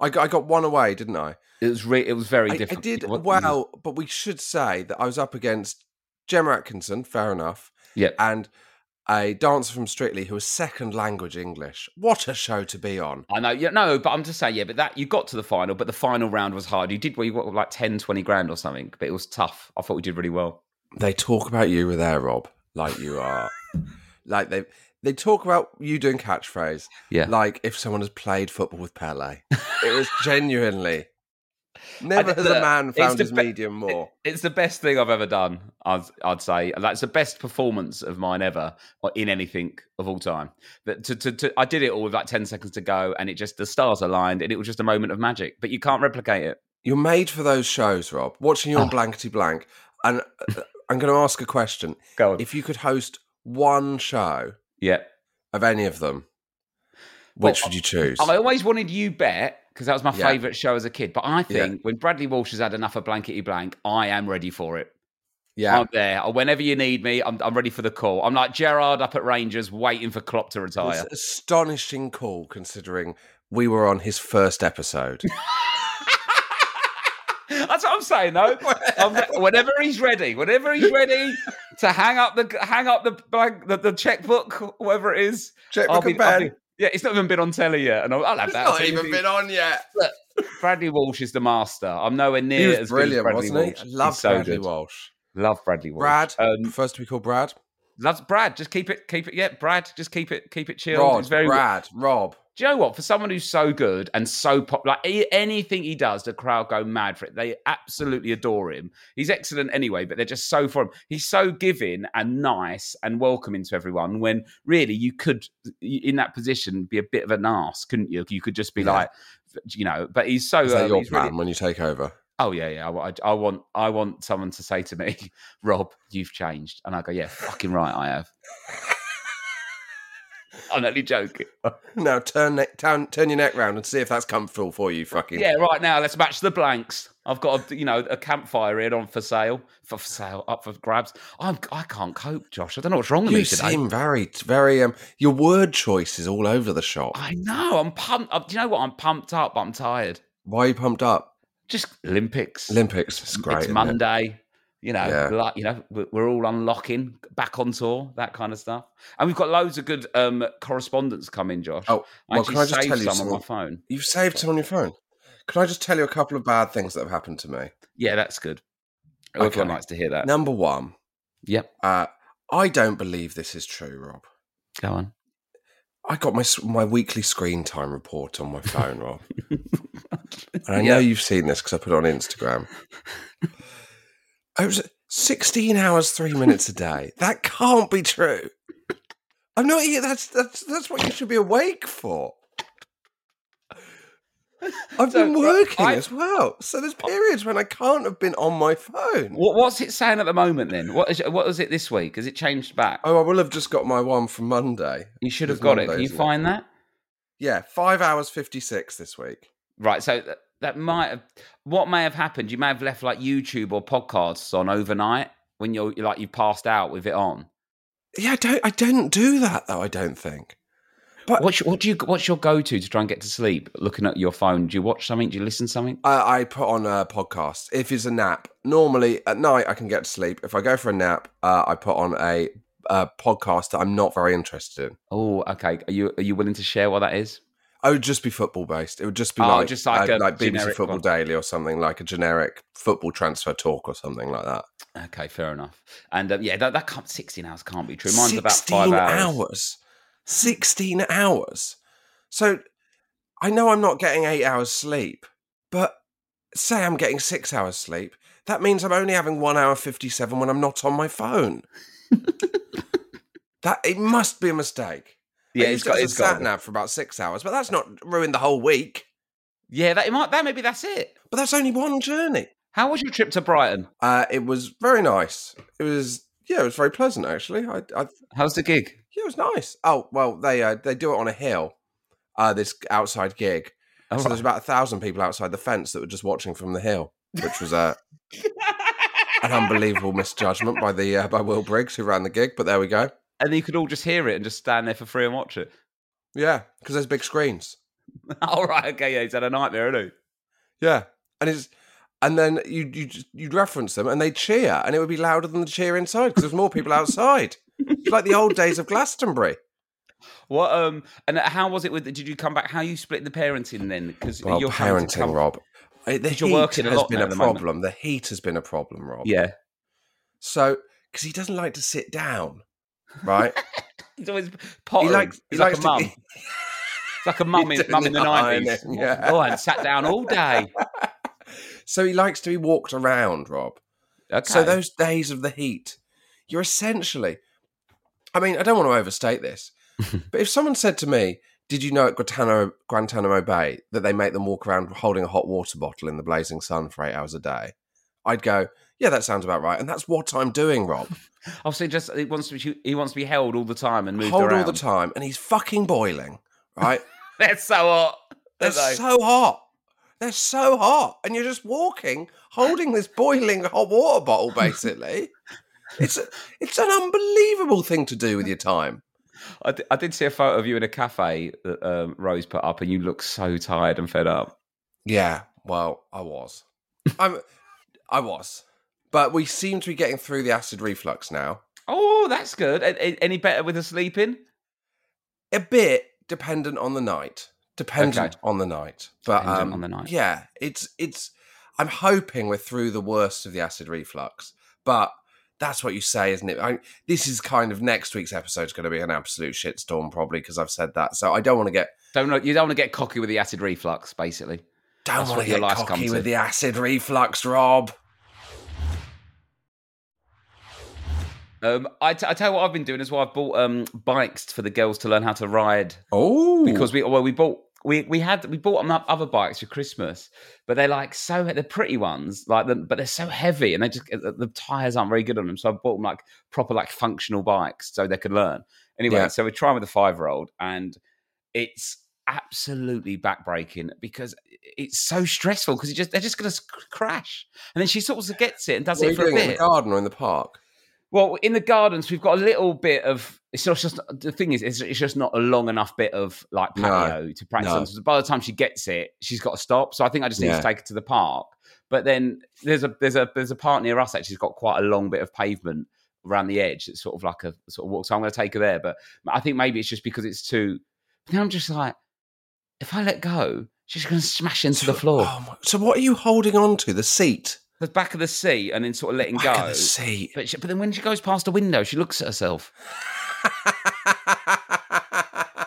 Speaker 3: I got, I got one away, didn't I?
Speaker 4: It was re- it was very
Speaker 3: I, I
Speaker 4: difficult.
Speaker 3: did
Speaker 4: It wasn't-
Speaker 3: well, but we should say that I was up against Gemma Atkinson, fair enough,
Speaker 4: Yeah.
Speaker 3: and a dancer from Strictly who was second language English. What a show to be on!
Speaker 4: I know, yeah, no, but I'm just saying, yeah, but that you got to the final, but the final round was hard. You did well, you got like 10, 20 grand or something, but it was tough. I thought we did really well.
Speaker 3: They talk about you with air, Rob, like you are,
Speaker 4: (laughs)
Speaker 3: like they they talk about you doing catchphrase,
Speaker 4: Yeah.
Speaker 3: like if someone has played football with Pele. it
Speaker 4: (laughs)
Speaker 3: was genuinely. Never
Speaker 4: I-
Speaker 3: has
Speaker 4: look,
Speaker 3: a man
Speaker 4: it's
Speaker 3: found
Speaker 4: the
Speaker 3: his
Speaker 4: be-
Speaker 3: medium more.
Speaker 4: It- it's the best thing I've ever done, I'd, I'd say. That's the best performance of mine ever or in anything of all time. But to, to, to, I did it all with like 10 seconds to go, and it just, the stars aligned, and it was just a moment of magic, but you can't replicate it.
Speaker 3: You're made for those shows, Rob. Watching you on
Speaker 4: Oh.
Speaker 3: Blankety Blank, and uh, I'm going to ask a question.
Speaker 4: Go on.
Speaker 3: If you could host one show
Speaker 4: yeah.
Speaker 3: of any of them,
Speaker 4: Well,
Speaker 3: which would you choose?
Speaker 4: I always wanted You Bet because that was my
Speaker 3: Yeah.
Speaker 4: favourite show as a kid. But I
Speaker 3: Yeah.
Speaker 4: think when Bradley Walsh has had enough of Blankety Blank, I am ready for it.
Speaker 3: yeah,
Speaker 4: I'm there. Or Whenever you need me, I'm, I'm ready for the call. I'm like Gerard up at Rangers waiting for Klopp to retire.
Speaker 3: (laughs) it's an astonishing call considering we were on his first episode.
Speaker 4: That's what I'm saying, though. I'm re- whenever he's ready, whenever he's ready to hang up the hang up the blank the, the checkbook, whatever it is.
Speaker 3: Checkbook
Speaker 4: I'll be-
Speaker 3: and
Speaker 4: I'll
Speaker 3: pen.
Speaker 4: be- yeah, it's not even been on telly yet, and I'll, I'll have
Speaker 3: it's
Speaker 4: that.
Speaker 3: not
Speaker 4: So you
Speaker 3: even
Speaker 4: think
Speaker 3: been on yet.
Speaker 4: Bradley Walsh is the master. I'm nowhere
Speaker 3: He
Speaker 4: near
Speaker 3: was
Speaker 4: as good as
Speaker 3: brilliant,
Speaker 4: Bradley
Speaker 3: wasn't
Speaker 4: Walsh.
Speaker 3: he? I
Speaker 4: He's
Speaker 3: love
Speaker 4: so
Speaker 3: Bradley
Speaker 4: good.
Speaker 3: Walsh.
Speaker 4: Love Bradley Walsh.
Speaker 3: Brad
Speaker 4: um,
Speaker 3: prefers to be called Brad.
Speaker 4: loves Brad. Just keep it, keep it. Yeah, Brad. Just keep it, keep it chilled.
Speaker 3: Rod,
Speaker 4: it's very
Speaker 3: Brad, Rob.
Speaker 4: do you know what? For someone who's so good and so pop, like a- anything he does, the crowd go mad for it. They absolutely adore him. He's excellent anyway, but they're just so for him. He's so giving and nice and welcoming to everyone. When really, you could y- in that position be a bit of an ass, couldn't you? You could just be
Speaker 3: Yeah.
Speaker 4: like, you know. But he's so.
Speaker 3: Is that
Speaker 4: um,
Speaker 3: your
Speaker 4: he's really-
Speaker 3: plan when you take (laughs) over?
Speaker 4: oh yeah, yeah. I, wa- I want, I want someone to say to me, (laughs) Rob, you've changed, and I go, yeah, fucking right, I
Speaker 3: (laughs)
Speaker 4: have. I'm only joking.
Speaker 3: Now turn ne- turn turn your neck round and see if that's comfortable for you. Fucking
Speaker 4: Yeah, right now let's match the blanks. I've got a, you know a campfire here on for sale for for sale up for grabs. I'm I can't cope, Josh. I don't know what's wrong with
Speaker 3: You
Speaker 4: me today.
Speaker 3: seem very, very. Um, your word choice is all over the shop.
Speaker 4: I know. I'm pumped. up. do you know what? I'm pumped up. but I'm tired.
Speaker 3: Why are you pumped up?
Speaker 4: Just Olympics.
Speaker 3: Olympics. It's great.
Speaker 4: It's
Speaker 3: isn't it?
Speaker 4: Monday. You know,
Speaker 3: Yeah.
Speaker 4: like, you know, we're- we're all unlocking back on tour, that kind of stuff. And we've got loads of good um correspondence coming, Josh.
Speaker 3: Oh, well,
Speaker 4: actually
Speaker 3: can I just
Speaker 4: saved
Speaker 3: tell you
Speaker 4: some on my
Speaker 3: something?
Speaker 4: phone.
Speaker 3: You've saved some on your phone. Can I just tell you a couple of bad things that have happened to me?
Speaker 4: Yeah, that's good. Everyone
Speaker 3: Okay.
Speaker 4: likes to hear that.
Speaker 3: Number one,
Speaker 4: Yep.
Speaker 3: uh, I don't believe this is true, Rob.
Speaker 4: Go on.
Speaker 3: I got my s- my weekly screen time report on my phone,
Speaker 4: (laughs)
Speaker 3: Rob, and I
Speaker 4: Yeah.
Speaker 3: know you've seen this because I put it on Instagram. It was sixteen hours three minutes a day. That can't be true. I'm not. e- That's that's that's what you should be awake for.
Speaker 4: (laughs)
Speaker 3: I've
Speaker 4: So,
Speaker 3: been
Speaker 4: Ro-
Speaker 3: working
Speaker 4: I- Oh.
Speaker 3: as well, so there's periods when I can't have been on my phone.
Speaker 4: What, what's it saying at the moment then? What is what was it this week? Has it changed back?
Speaker 3: Oh, I will have just got my one from Monday.
Speaker 4: you should
Speaker 3: it's
Speaker 4: have got it.
Speaker 3: Monday,
Speaker 4: Can you
Speaker 3: isn't it?
Speaker 4: find that?
Speaker 3: Yeah, five hours fifty six this week.
Speaker 4: Right. So that, that might have what may have happened. You may have left like YouTube or podcasts on overnight when you're like you passed out with it on.
Speaker 3: Yeah, I don't. I didn't do that though. I don't think. But-
Speaker 4: What's your, what do you what's your go to to try and get to sleep? Looking at your phone. Do you watch something? Do you listen to something?
Speaker 3: I, I put on a podcast if it's a nap. Normally at night I can get to sleep. If I go for a nap, uh, I put on a, uh podcast that I'm not very interested in.
Speaker 4: Oh, okay. Are you are you willing to share what that is?
Speaker 3: I would just be football based. It would just be
Speaker 4: Oh,
Speaker 3: like
Speaker 4: just like a
Speaker 3: uh, like BBC
Speaker 4: generic
Speaker 3: Football
Speaker 4: one.
Speaker 3: Daily or something like a generic football transfer talk or something like that.
Speaker 4: Okay, fair enough. And um, yeah, that, that can't sixteen hours can't be true. Mine's about five hours.
Speaker 3: Sixteen hours. So I know I'm not getting eight hours sleep, but say I'm getting six hours sleep. That means I'm only having one hour fifty-seven when I'm not on my phone. that it must be a mistake.
Speaker 4: Yeah,
Speaker 3: I
Speaker 4: it's
Speaker 3: used
Speaker 4: got
Speaker 3: it
Speaker 4: it's
Speaker 3: as a sat
Speaker 4: got.
Speaker 3: nav for about six hours, but that's not ruined the whole week.
Speaker 4: Yeah, that it might that maybe that's it.
Speaker 3: But that's only one journey.
Speaker 4: How was your trip to Brighton?
Speaker 3: Uh, it was very nice. It was yeah, it was very pleasant actually. I, I
Speaker 4: How's the gig?
Speaker 3: Yeah, it was nice. Oh well, they uh, they do it on a hill. Uh, this outside gig,
Speaker 4: All
Speaker 3: so there's about a thousand people outside the fence that were just watching from the hill, which was a,
Speaker 4: (laughs)
Speaker 3: an unbelievable misjudgment by the uh, by Will Briggs who ran the gig. But there we go.
Speaker 4: and you could all just hear it and just stand there for free and watch it. (laughs)
Speaker 3: Yeah, because there's big screens.
Speaker 4: all right, okay, yeah, he's had a nightmare, hasn't
Speaker 3: Yeah, and it's and then you you just- you'd reference them and they cheer, and it would be louder than the cheer inside because there's more people outside. It's like the old days of Glastonbury.
Speaker 4: he? What um and how was it with did you come back? How you split the parenting then? Because
Speaker 3: Well,
Speaker 4: you're having to
Speaker 3: parenting,
Speaker 4: come-
Speaker 3: Rob. Uh, The
Speaker 4: You're
Speaker 3: heat
Speaker 4: working a
Speaker 3: has
Speaker 4: lot
Speaker 3: been
Speaker 4: now
Speaker 3: a
Speaker 4: at the moment.
Speaker 3: problem. The heat has been a problem, Rob.
Speaker 4: Yeah.
Speaker 3: So because he doesn't like to sit down,
Speaker 4: (laughs)
Speaker 3: right?
Speaker 4: He's always pottering.
Speaker 3: he likes he
Speaker 4: he's like
Speaker 3: likes
Speaker 4: a
Speaker 3: to-
Speaker 4: mum. (laughs) He's like a mum in,
Speaker 3: doing
Speaker 4: mum in the
Speaker 3: the
Speaker 4: nineties.
Speaker 3: ironing, yeah.
Speaker 4: Oh, and sat down all day.
Speaker 3: so he likes to be walked around, Rob.
Speaker 4: Okay.
Speaker 3: So those days of the heat, you're essentially. I mean, I don't want to
Speaker 4: (laughs)
Speaker 3: overstate this, but if someone said to me, "Did you know at Guantanamo, Guantanamo Bay that they make them walk around holding a hot water bottle in the blazing sun for eight hours a day?" I'd go, "Yeah, that sounds about right," and that's what I'm doing, Rob.
Speaker 4: I'll say just he wants to be he wants to be held all the time and (laughs) moved
Speaker 3: Hold
Speaker 4: around.
Speaker 3: all the time, and he's fucking boiling, right?
Speaker 4: They're so hot.
Speaker 3: They're
Speaker 4: aren't they?
Speaker 3: so hot. They're so hot. And you're just walking, holding this boiling hot water bottle, basically. it's a, it's an unbelievable thing to do with your time.
Speaker 4: I, d- I did see a photo of you in a cafe that um, Rose put up, and you look so tired and fed up.
Speaker 3: Yeah. Well, I was. I'm I was. But we seem to be getting through the acid reflux now.
Speaker 4: Oh, that's good. A- a- any better with the sleeping?
Speaker 3: A bit dependent on the night. Dependent
Speaker 4: Okay.
Speaker 3: on the night. But
Speaker 4: Dependent
Speaker 3: um,
Speaker 4: on the night.
Speaker 3: Yeah. It's it's I'm hoping we're through the worst of the acid reflux. But that's what you say, isn't it? I, this is kind of next week's episode's going to be an absolute shitstorm, probably because I've said that. So I don't want to get
Speaker 4: Don't know- you don't want to get cocky with the acid reflux, basically.
Speaker 3: don't
Speaker 4: That's
Speaker 3: want
Speaker 4: what
Speaker 3: to
Speaker 4: your
Speaker 3: get
Speaker 4: life's come
Speaker 3: cocky
Speaker 4: to.
Speaker 3: with the acid reflux, Rob.
Speaker 4: Um, I, t- I tell you what I've been doing as well. I've bought um, bikes for the girls to learn how to ride
Speaker 3: Oh,
Speaker 4: because we well we bought we we had we bought them up other bikes for Christmas, but they're like so they're pretty ones like them, but they're so heavy and they just uh, the, the tires aren't very good on them. So I bought them like proper like functional bikes so they could learn. Anyway,
Speaker 3: Yeah.
Speaker 4: so we're trying with a five year old and it's absolutely backbreaking because it's so stressful because just they're just going to crash and then she sort of gets it and does
Speaker 3: what are
Speaker 4: it
Speaker 3: you
Speaker 4: for a
Speaker 3: doing
Speaker 4: bit.
Speaker 3: in the garden or in the park?
Speaker 4: Well, in the gardens, we've got a little bit of. It's not just the thing is, it's, it's just not a long enough bit of like
Speaker 3: No.
Speaker 4: patio to practice
Speaker 3: No.
Speaker 4: on. So by the time she gets it, she's got to stop. So I think I just need
Speaker 3: Yeah.
Speaker 4: to take her to the park. But then there's a there's a there's a part near us actually's got quite a long bit of pavement around the edge. It's sort of like a sort of walk. So I'm going to take her there. But I think maybe it's just because it's too. But then I'm just like, if I let go, she's going to smash into the floor,
Speaker 3: Oh my, so what are you holding on to? The seat.
Speaker 4: the back of the seat, and then sort of letting
Speaker 3: Back
Speaker 4: go.
Speaker 3: of
Speaker 4: (laughs)
Speaker 3: the seat.
Speaker 4: But, she, but then when she goes past the window, she looks at herself.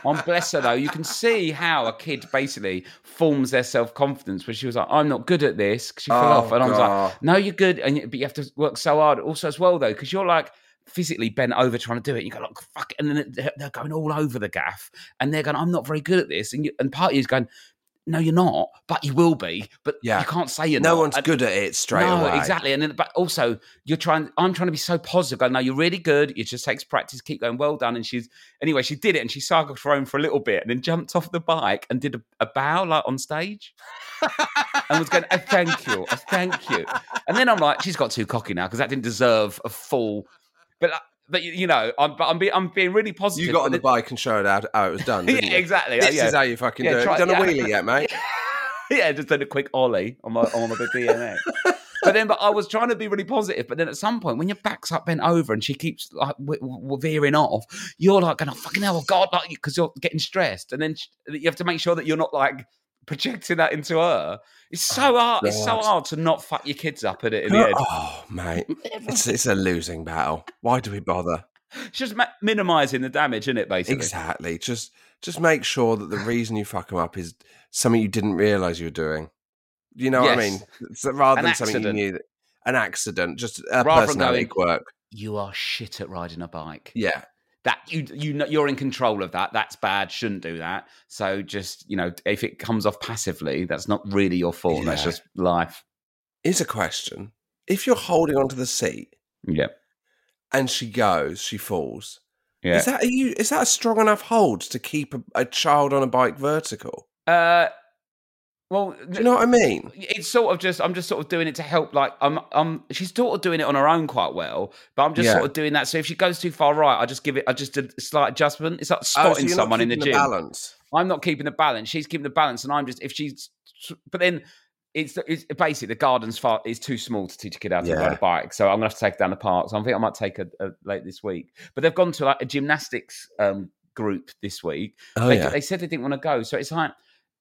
Speaker 4: On bless her though, you can see how a kid basically forms their self confidence. Where she was like, "I'm not good at this," 'cause she fell
Speaker 3: Oh,
Speaker 4: off, and I was
Speaker 3: God.
Speaker 4: like, "No, you're good," and you- but you have to work so hard. Also, as well though, because you're like physically bent over trying to do it. And you go like, "Fuck!" it," And then they're- they're going all over the gaff, and they're going, "I'm not very good at this," and you, and part of you's going, "No, you're not, but you will be." But
Speaker 3: Yeah.
Speaker 4: you can't say you're
Speaker 3: no
Speaker 4: not.
Speaker 3: one's
Speaker 4: And-
Speaker 3: good at it straight
Speaker 4: no,
Speaker 3: away.
Speaker 4: exactly. And then, but also, you're trying. I'm trying to be so positive. I know you're really good. It just takes practice. Keep going. Well done. And she's anyway. She did it, and she cycled home for a little bit, and then jumped off the bike and did a, a bow like on stage, and was going, "I thank you, I thank you." And then I'm like, she's got too cocky now because that didn't deserve a full. But uh, but you- you know, I'm but I'm being I'm being really positive.
Speaker 3: You got
Speaker 4: but
Speaker 3: on the
Speaker 4: then-
Speaker 3: bike and showed how, how it was done. Didn't
Speaker 4: (laughs) Yeah,
Speaker 3: you?
Speaker 4: exactly.
Speaker 3: This
Speaker 4: yeah.
Speaker 3: is how you fucking
Speaker 4: Yeah,
Speaker 3: do it.
Speaker 4: try-
Speaker 3: you done
Speaker 4: yeah.
Speaker 3: a wheelie
Speaker 4: (laughs)
Speaker 3: yet, mate?
Speaker 4: yeah, just did a quick ollie on my on my BMX. but then, but I was trying to be really positive. But then, at some point, when your back's up bent over and she keeps like w- w- veering off, you're like going, oh, "Fucking hell, God!" Like because you're getting stressed, and then sh- you have to make sure that you're not like projecting that into her. It's so hard. It's so
Speaker 3: God.
Speaker 4: hard to not fuck your kids up at it in (laughs) the end.
Speaker 3: (laughs) Oh, mate, it's, it's a losing battle. Why do we bother?
Speaker 4: It's just ma- minimizing the damage, isn't it? Basically,
Speaker 3: Exactly. Just just make sure that the reason you fuck them up is something you didn't realize you were doing. You know what I mean?
Speaker 4: Yes.
Speaker 3: So rather
Speaker 4: An
Speaker 3: than something
Speaker 4: accident.
Speaker 3: you knew, that- an accident, just
Speaker 4: Rather
Speaker 3: a
Speaker 4: than
Speaker 3: personality
Speaker 4: going-
Speaker 3: quirk.
Speaker 4: you are shit at riding a bike.
Speaker 3: Yeah,
Speaker 4: that you you know you're in control of that that's bad shouldn't do that so just you know if it comes off passively that's not really your fault that's
Speaker 3: Yeah.
Speaker 4: just life
Speaker 3: is a question. If you're holding onto the seat
Speaker 4: yeah
Speaker 3: and she goes, she falls.
Speaker 4: yeah
Speaker 3: Is that are you? Is that a strong enough hold to keep a, a child on a bike vertical?
Speaker 4: uh Well,
Speaker 3: Do you know what I mean?
Speaker 4: it's sort of just I'm just sort of doing it to help. Like I'm, I'm she's sort of doing it on her own quite well, but I'm just
Speaker 3: Yeah.
Speaker 4: sort of doing that. So if she goes too far right, I just give it. I just did a slight adjustment. It's like
Speaker 3: Oh, so
Speaker 4: spotting
Speaker 3: you're not
Speaker 4: someone in the
Speaker 3: keeping
Speaker 4: gym.
Speaker 3: balance.
Speaker 4: I'm not keeping the balance. She's keeping the balance, and I'm just if she's. But then it's, it's basically the garden's far is too small to teach a kid how to ride
Speaker 3: Yeah.
Speaker 4: a bike, so I'm gonna have to take her down the park. So I think I might take her uh, late this week. But they've gone to like a gymnastics um, group this week.
Speaker 3: Oh
Speaker 4: they,
Speaker 3: yeah.
Speaker 4: they said they didn't want to go, so it's like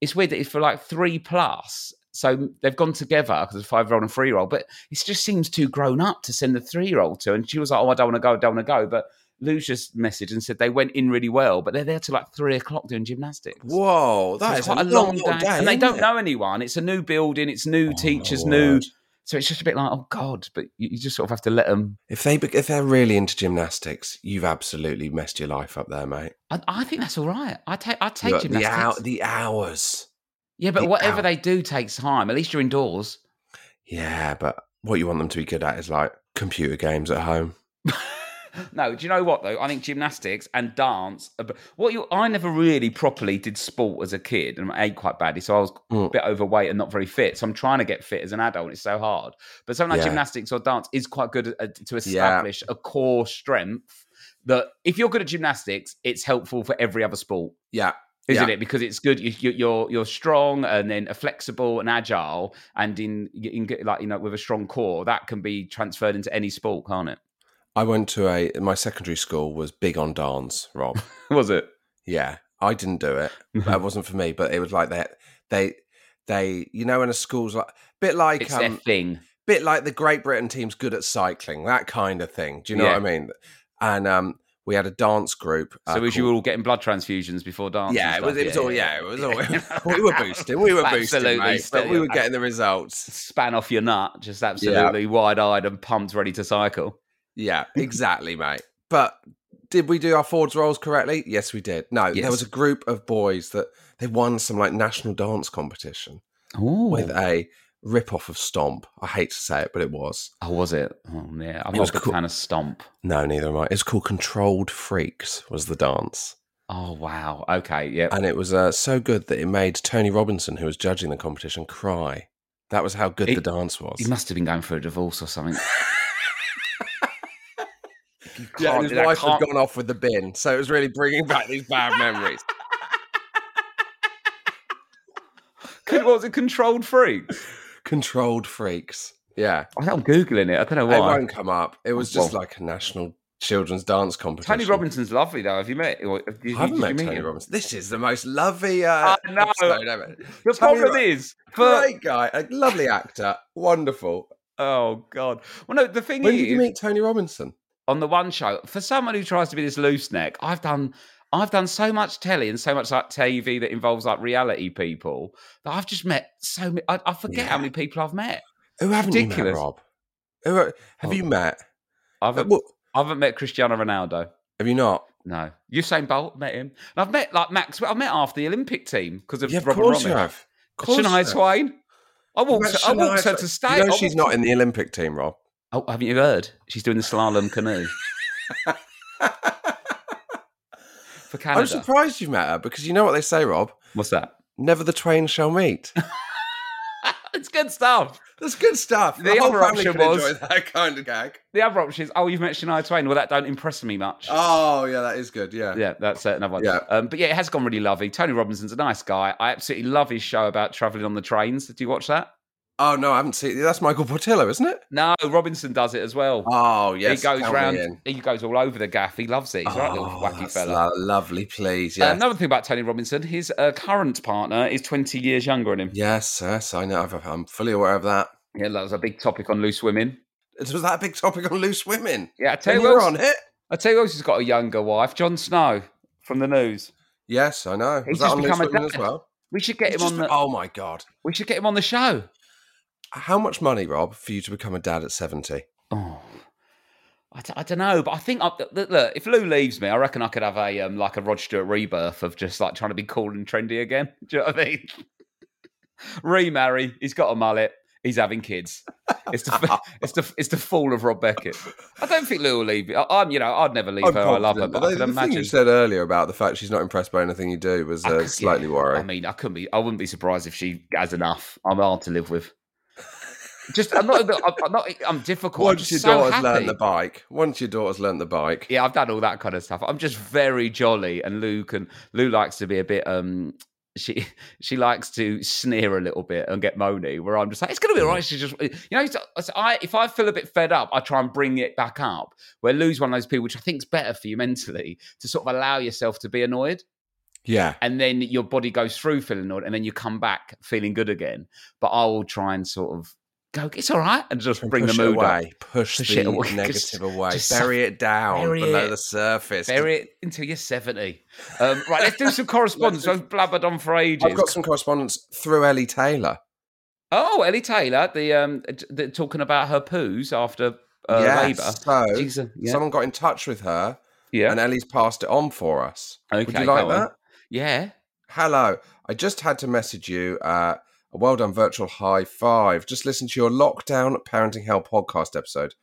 Speaker 4: it's weird that it's for like three plus. So they've gone together because it's five year old and three year old, but it just seems too grown up to send the three year old to. And she was like, "Oh, I don't want to go, I don't want to go." But Lou's just messaged and said they went in really well, but they're there till like three o'clock doing gymnastics.
Speaker 3: Whoa,
Speaker 4: So
Speaker 3: that
Speaker 4: it's
Speaker 3: is
Speaker 4: quite
Speaker 3: a long, long day.
Speaker 4: and they
Speaker 3: isn't
Speaker 4: don't
Speaker 3: it?
Speaker 4: know anyone. It's a new building, it's new teachers,
Speaker 3: my
Speaker 4: new.
Speaker 3: word.
Speaker 4: So it's just a bit like, oh god, but you, you just sort of have to let them.
Speaker 3: If they be- if they're really into gymnastics, you've absolutely messed your life up there, mate.
Speaker 4: I, I think that's all right. I take I take
Speaker 3: Look, the,
Speaker 4: gymnastics.
Speaker 3: hou- the hours.
Speaker 4: yeah, but
Speaker 3: the
Speaker 4: whatever
Speaker 3: hour.
Speaker 4: they do takes time. At least you're indoors.
Speaker 3: Yeah, but what you want them to be good at is like computer games at home.
Speaker 4: (laughs) No, do you know what though? I think gymnastics and dance. are b- What you, I never really properly did sport as a kid, and I ate quite badly, so I was a
Speaker 3: Mm.
Speaker 4: bit overweight and not very fit. So I'm trying to get fit as an adult. It's so hard. But something like
Speaker 3: Yeah.
Speaker 4: gymnastics or dance is quite good at, to establish a core strength. That if you're good at gymnastics, it's helpful for every other sport,
Speaker 3: Yeah,
Speaker 4: isn't
Speaker 3: Yeah.
Speaker 4: it? Because it's good. You, you, you're you're strong and then flexible and agile, and in, in like you know with a strong core that can be transferred into any sport, can't it? (laughs)
Speaker 3: I went to a my secondary school was big on dance, Rob.
Speaker 4: Was it?
Speaker 3: yeah, I didn't do it. That
Speaker 4: Mm-hmm.
Speaker 3: wasn't for me, but it was like that. They they you know when a school's like bit like
Speaker 4: It's their
Speaker 3: um,
Speaker 4: thing.
Speaker 3: bit like the Great Britain team's good at cycling, that kind of thing. Do you know
Speaker 4: Yeah.
Speaker 3: what I mean? And um, we had a dance group.
Speaker 4: So
Speaker 3: uh,
Speaker 4: was you
Speaker 3: called-
Speaker 4: all getting blood transfusions before dance?
Speaker 3: Yeah, it
Speaker 4: and
Speaker 3: was.
Speaker 4: stuff?
Speaker 3: It was all. Yeah, it was all.
Speaker 4: (laughs)
Speaker 3: (laughs) we were boosting. We were
Speaker 4: Absolutely
Speaker 3: boosting, mate,
Speaker 4: still,
Speaker 3: but we
Speaker 4: yeah.
Speaker 3: were getting the results.
Speaker 4: Span off your nut, just absolutely wide-eyed and pumped, ready to cycle. (laughs)
Speaker 3: Yeah, exactly, mate. But did we do our Ford's rolls correctly? Yes, we did. No,
Speaker 4: Yes.
Speaker 3: there was a group of boys that they won some like national dance competition with
Speaker 4: Oh,
Speaker 3: a rip off of Stomp. I hate to say it, but it was.
Speaker 4: oh, was it? Oh, yeah, I'm not
Speaker 3: It was
Speaker 4: a big
Speaker 3: cool.
Speaker 4: fan of stomp.
Speaker 3: No, neither am I. It's called Controlled Freaks. Was the dance.
Speaker 4: Oh wow. Okay. Yeah.
Speaker 3: and it was uh, so good that it made Tony Robinson, who was judging the competition, cry. That was how good
Speaker 4: It-
Speaker 3: the dance was.
Speaker 4: he must have been going for a divorce or
Speaker 3: (laughs)
Speaker 4: something. If you
Speaker 3: yeah,
Speaker 4: can't
Speaker 3: and his
Speaker 4: do that,
Speaker 3: wife
Speaker 4: can't-
Speaker 3: had gone off with the bin, so it was really bringing back these bad memories.
Speaker 4: (laughs) Could- what was it? Controlled freak.
Speaker 3: (laughs) Controlled freaks. Yeah,
Speaker 4: I think I'm googling it. I don't know
Speaker 3: it
Speaker 4: why.
Speaker 3: won't come up. It was just
Speaker 4: Well-
Speaker 3: like a national children's dance competition.
Speaker 4: Tony Robinson's lovely though. Have you met? Or, have you,
Speaker 3: I haven't
Speaker 4: did
Speaker 3: met
Speaker 4: you meet
Speaker 3: Tony
Speaker 4: him?
Speaker 3: Robinson. This is the most lovely
Speaker 4: I
Speaker 3: uh,
Speaker 4: know.
Speaker 3: episode ever.
Speaker 4: The
Speaker 3: Tony
Speaker 4: problem
Speaker 3: Ro-
Speaker 4: is, for
Speaker 3: Great guy, a lovely actor, wonderful.
Speaker 4: oh god. Well, no. The thing
Speaker 3: When
Speaker 4: is,
Speaker 3: did you meet Tony Robinson?
Speaker 4: on the one show for someone who tries to be this loose neck i've done i've done so much telly and so much like tv that involves like reality people that i've just met so many i, I forget how
Speaker 3: Yeah.
Speaker 4: many people i've met
Speaker 3: Who haven't you met,
Speaker 4: Ridiculous.
Speaker 3: Rob? Who have
Speaker 4: Oh.
Speaker 3: you met?
Speaker 4: i've
Speaker 3: Uh, what-
Speaker 4: i haven't met cristiano ronaldo
Speaker 3: Have you not?
Speaker 4: no usain bolt met him and i've met like max i've met half the olympic team because of
Speaker 3: Yeah, of
Speaker 4: Robin
Speaker 3: course
Speaker 4: Romish.
Speaker 3: you have. Of course you
Speaker 4: shania
Speaker 3: have.
Speaker 4: twain I walked,
Speaker 3: Imagine
Speaker 4: her, I walked
Speaker 3: Shania
Speaker 4: her
Speaker 3: Twain.
Speaker 4: to stay.
Speaker 3: You
Speaker 4: I
Speaker 3: know she's
Speaker 4: walked-
Speaker 3: not in the Olympic team, Rob.
Speaker 4: Oh, haven't you heard? She's doing the slalom (laughs) canoe for
Speaker 3: I'm
Speaker 4: Canada.
Speaker 3: surprised you met her because you know what they say, Rob.
Speaker 4: What's that?
Speaker 3: Never the twain shall
Speaker 4: (laughs)
Speaker 3: meet.
Speaker 4: it's good stuff.
Speaker 3: That's good stuff.
Speaker 4: The
Speaker 3: whole
Speaker 4: other
Speaker 3: family
Speaker 4: option
Speaker 3: could
Speaker 4: was-
Speaker 3: enjoy (laughs) that kind of gag.
Speaker 4: The other option is, oh, you've met Shania Twain. Well, that don't impress me much.
Speaker 3: Oh yeah, that is good. Yeah.
Speaker 4: Yeah, that's uh, another one.
Speaker 3: Yeah.
Speaker 4: Um, but yeah, it has gone really lovely. Tony Robinson's a nice guy. I absolutely love his show about travelling on the trains. Did you watch that?
Speaker 3: Oh no, I haven't seen. That's Michael Portillo, isn't it?
Speaker 4: No, Robinson does it as well.
Speaker 3: Oh yes.
Speaker 4: he goes
Speaker 3: count me
Speaker 4: round,
Speaker 3: in.
Speaker 4: he goes all over the gaff. He loves it. He's a right little
Speaker 3: Oh,
Speaker 4: wacky
Speaker 3: that's
Speaker 4: fella. Uh,
Speaker 3: lo- lovely, please. Yeah.
Speaker 4: Another thing about Tony Robinson, his uh, current partner is 20 years younger than him. Yeah.
Speaker 3: Yes, yes, I know. I've- I'm fully aware of that.
Speaker 4: that was a big topic on Loose Women.
Speaker 3: Was that a big topic on loose women?
Speaker 4: Yeah, I tell
Speaker 3: Then
Speaker 4: you
Speaker 3: you were
Speaker 4: what,
Speaker 3: on it.
Speaker 4: I tell you who else has got a younger wife, Jon Snow from the news.
Speaker 3: Yes, I know.
Speaker 4: He's
Speaker 3: Was that
Speaker 4: just
Speaker 3: on loose
Speaker 4: become a
Speaker 3: women
Speaker 4: dad.
Speaker 3: as well?
Speaker 4: We should get him
Speaker 3: Just-
Speaker 4: on the
Speaker 3: oh my god.
Speaker 4: we should get him on the show.
Speaker 3: How much money, Rob, for you to become a dad at 70?
Speaker 4: Oh, I, d- I don't know, but I think I, look, look, if Lou leaves me, I reckon I could have a um, like a Rod Stewart rebirth of just like trying (laughs) to be cool and trendy again. Do you know what I mean? Remarry. He's got a mullet. He's having kids. It's the (laughs) it's the it's the fall of Rob Beckett. I don't think Lou will leave. I, I'm you know I'd never leave her. I love her,
Speaker 3: confident.
Speaker 4: but
Speaker 3: The-
Speaker 4: I
Speaker 3: the
Speaker 4: can
Speaker 3: thing you
Speaker 4: imagine.
Speaker 3: said earlier about the fact she's not impressed by anything you do was
Speaker 4: I
Speaker 3: uh,
Speaker 4: could-
Speaker 3: slightly
Speaker 4: yeah. I
Speaker 3: worrying.
Speaker 4: mean, I couldn't be. I wouldn't be surprised if she has enough. I'm hard to live with. Just I'm not. I'm, I'm not. I'm difficult. I'm
Speaker 3: Once
Speaker 4: just
Speaker 3: your
Speaker 4: so
Speaker 3: daughter's
Speaker 4: happy.
Speaker 3: learnt the bike, once your daughter's learnt the bike,
Speaker 4: yeah, I've done all that kind of stuff. I'm just very jolly, and Lou can Lou likes to be a bit. um She (laughs) she likes to sneer a little bit and get moany. Where I'm just like, it's gonna be
Speaker 3: Mm.
Speaker 4: all right. She's just you know, it's- it's- I if I feel a bit fed up, I try and bring it back up. Where Lou's one of those people, which I think's better for you mentally, to sort of allow yourself to be annoyed,
Speaker 3: yeah,
Speaker 4: and then your body goes through feeling annoyed, and then you come back feeling good again. But I will try and sort of go, it's all right, and just
Speaker 3: Try and
Speaker 4: bring the
Speaker 3: push it
Speaker 4: mood up.
Speaker 3: away, push,
Speaker 4: Push
Speaker 3: the
Speaker 4: it away, (laughs) 'cause
Speaker 3: negative away,
Speaker 4: just
Speaker 3: bury it down
Speaker 4: bury
Speaker 3: below
Speaker 4: it.
Speaker 3: the surface.
Speaker 4: Bury it until you're 70. Um, right, let's do some
Speaker 3: (laughs)
Speaker 4: correspondence. I've blabbered on for ages.
Speaker 3: I've got some correspondence through Ellie Taylor.
Speaker 4: Oh, Ellie Taylor, the, um, t- the talking about her poos after uh,
Speaker 3: Yes, so
Speaker 4: labour. She's a- yeah.
Speaker 3: Someone got in touch with her,
Speaker 4: yeah.
Speaker 3: and Ellie's passed it on for us. Would
Speaker 4: Okay,
Speaker 3: you like
Speaker 4: go on.
Speaker 3: that?
Speaker 4: yeah.
Speaker 3: Hello, I just had to message you. Uh, a well done virtual high five. Just listen to your lockdown parenting hell podcast episode.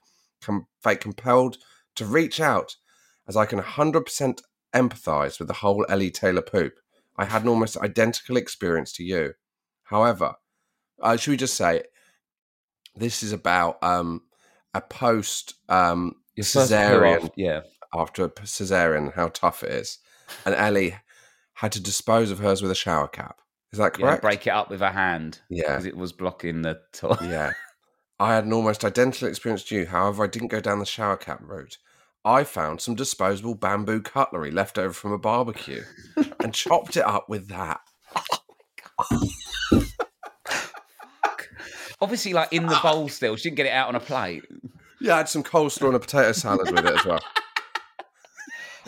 Speaker 3: Com- felt compelled to reach out as I can 100% empathize with the whole Ellie Taylor poop. I had an almost identical experience to you. However, uh, should we just say this is about um, a post um, cesarean
Speaker 4: Yeah.
Speaker 3: after a p- cesarean, how tough it is. And Ellie had to dispose of hers with a shower cap. Is that
Speaker 4: yeah.
Speaker 3: correct?
Speaker 4: Break it up with her hand
Speaker 3: Yeah.
Speaker 4: because it was blocking the (laughs) toilet.
Speaker 3: yeah. I had an almost identical experience to you. However, I didn't go down the shower cap route. I found some disposable bamboo cutlery left over from a barbecue
Speaker 4: (laughs)
Speaker 3: and chopped it up with that.
Speaker 4: Obviously, like in the bowl still. She didn't get it out on a plate.
Speaker 3: Yeah, I had some coleslaw and a potato salad with it
Speaker 4: (laughs)
Speaker 3: as well.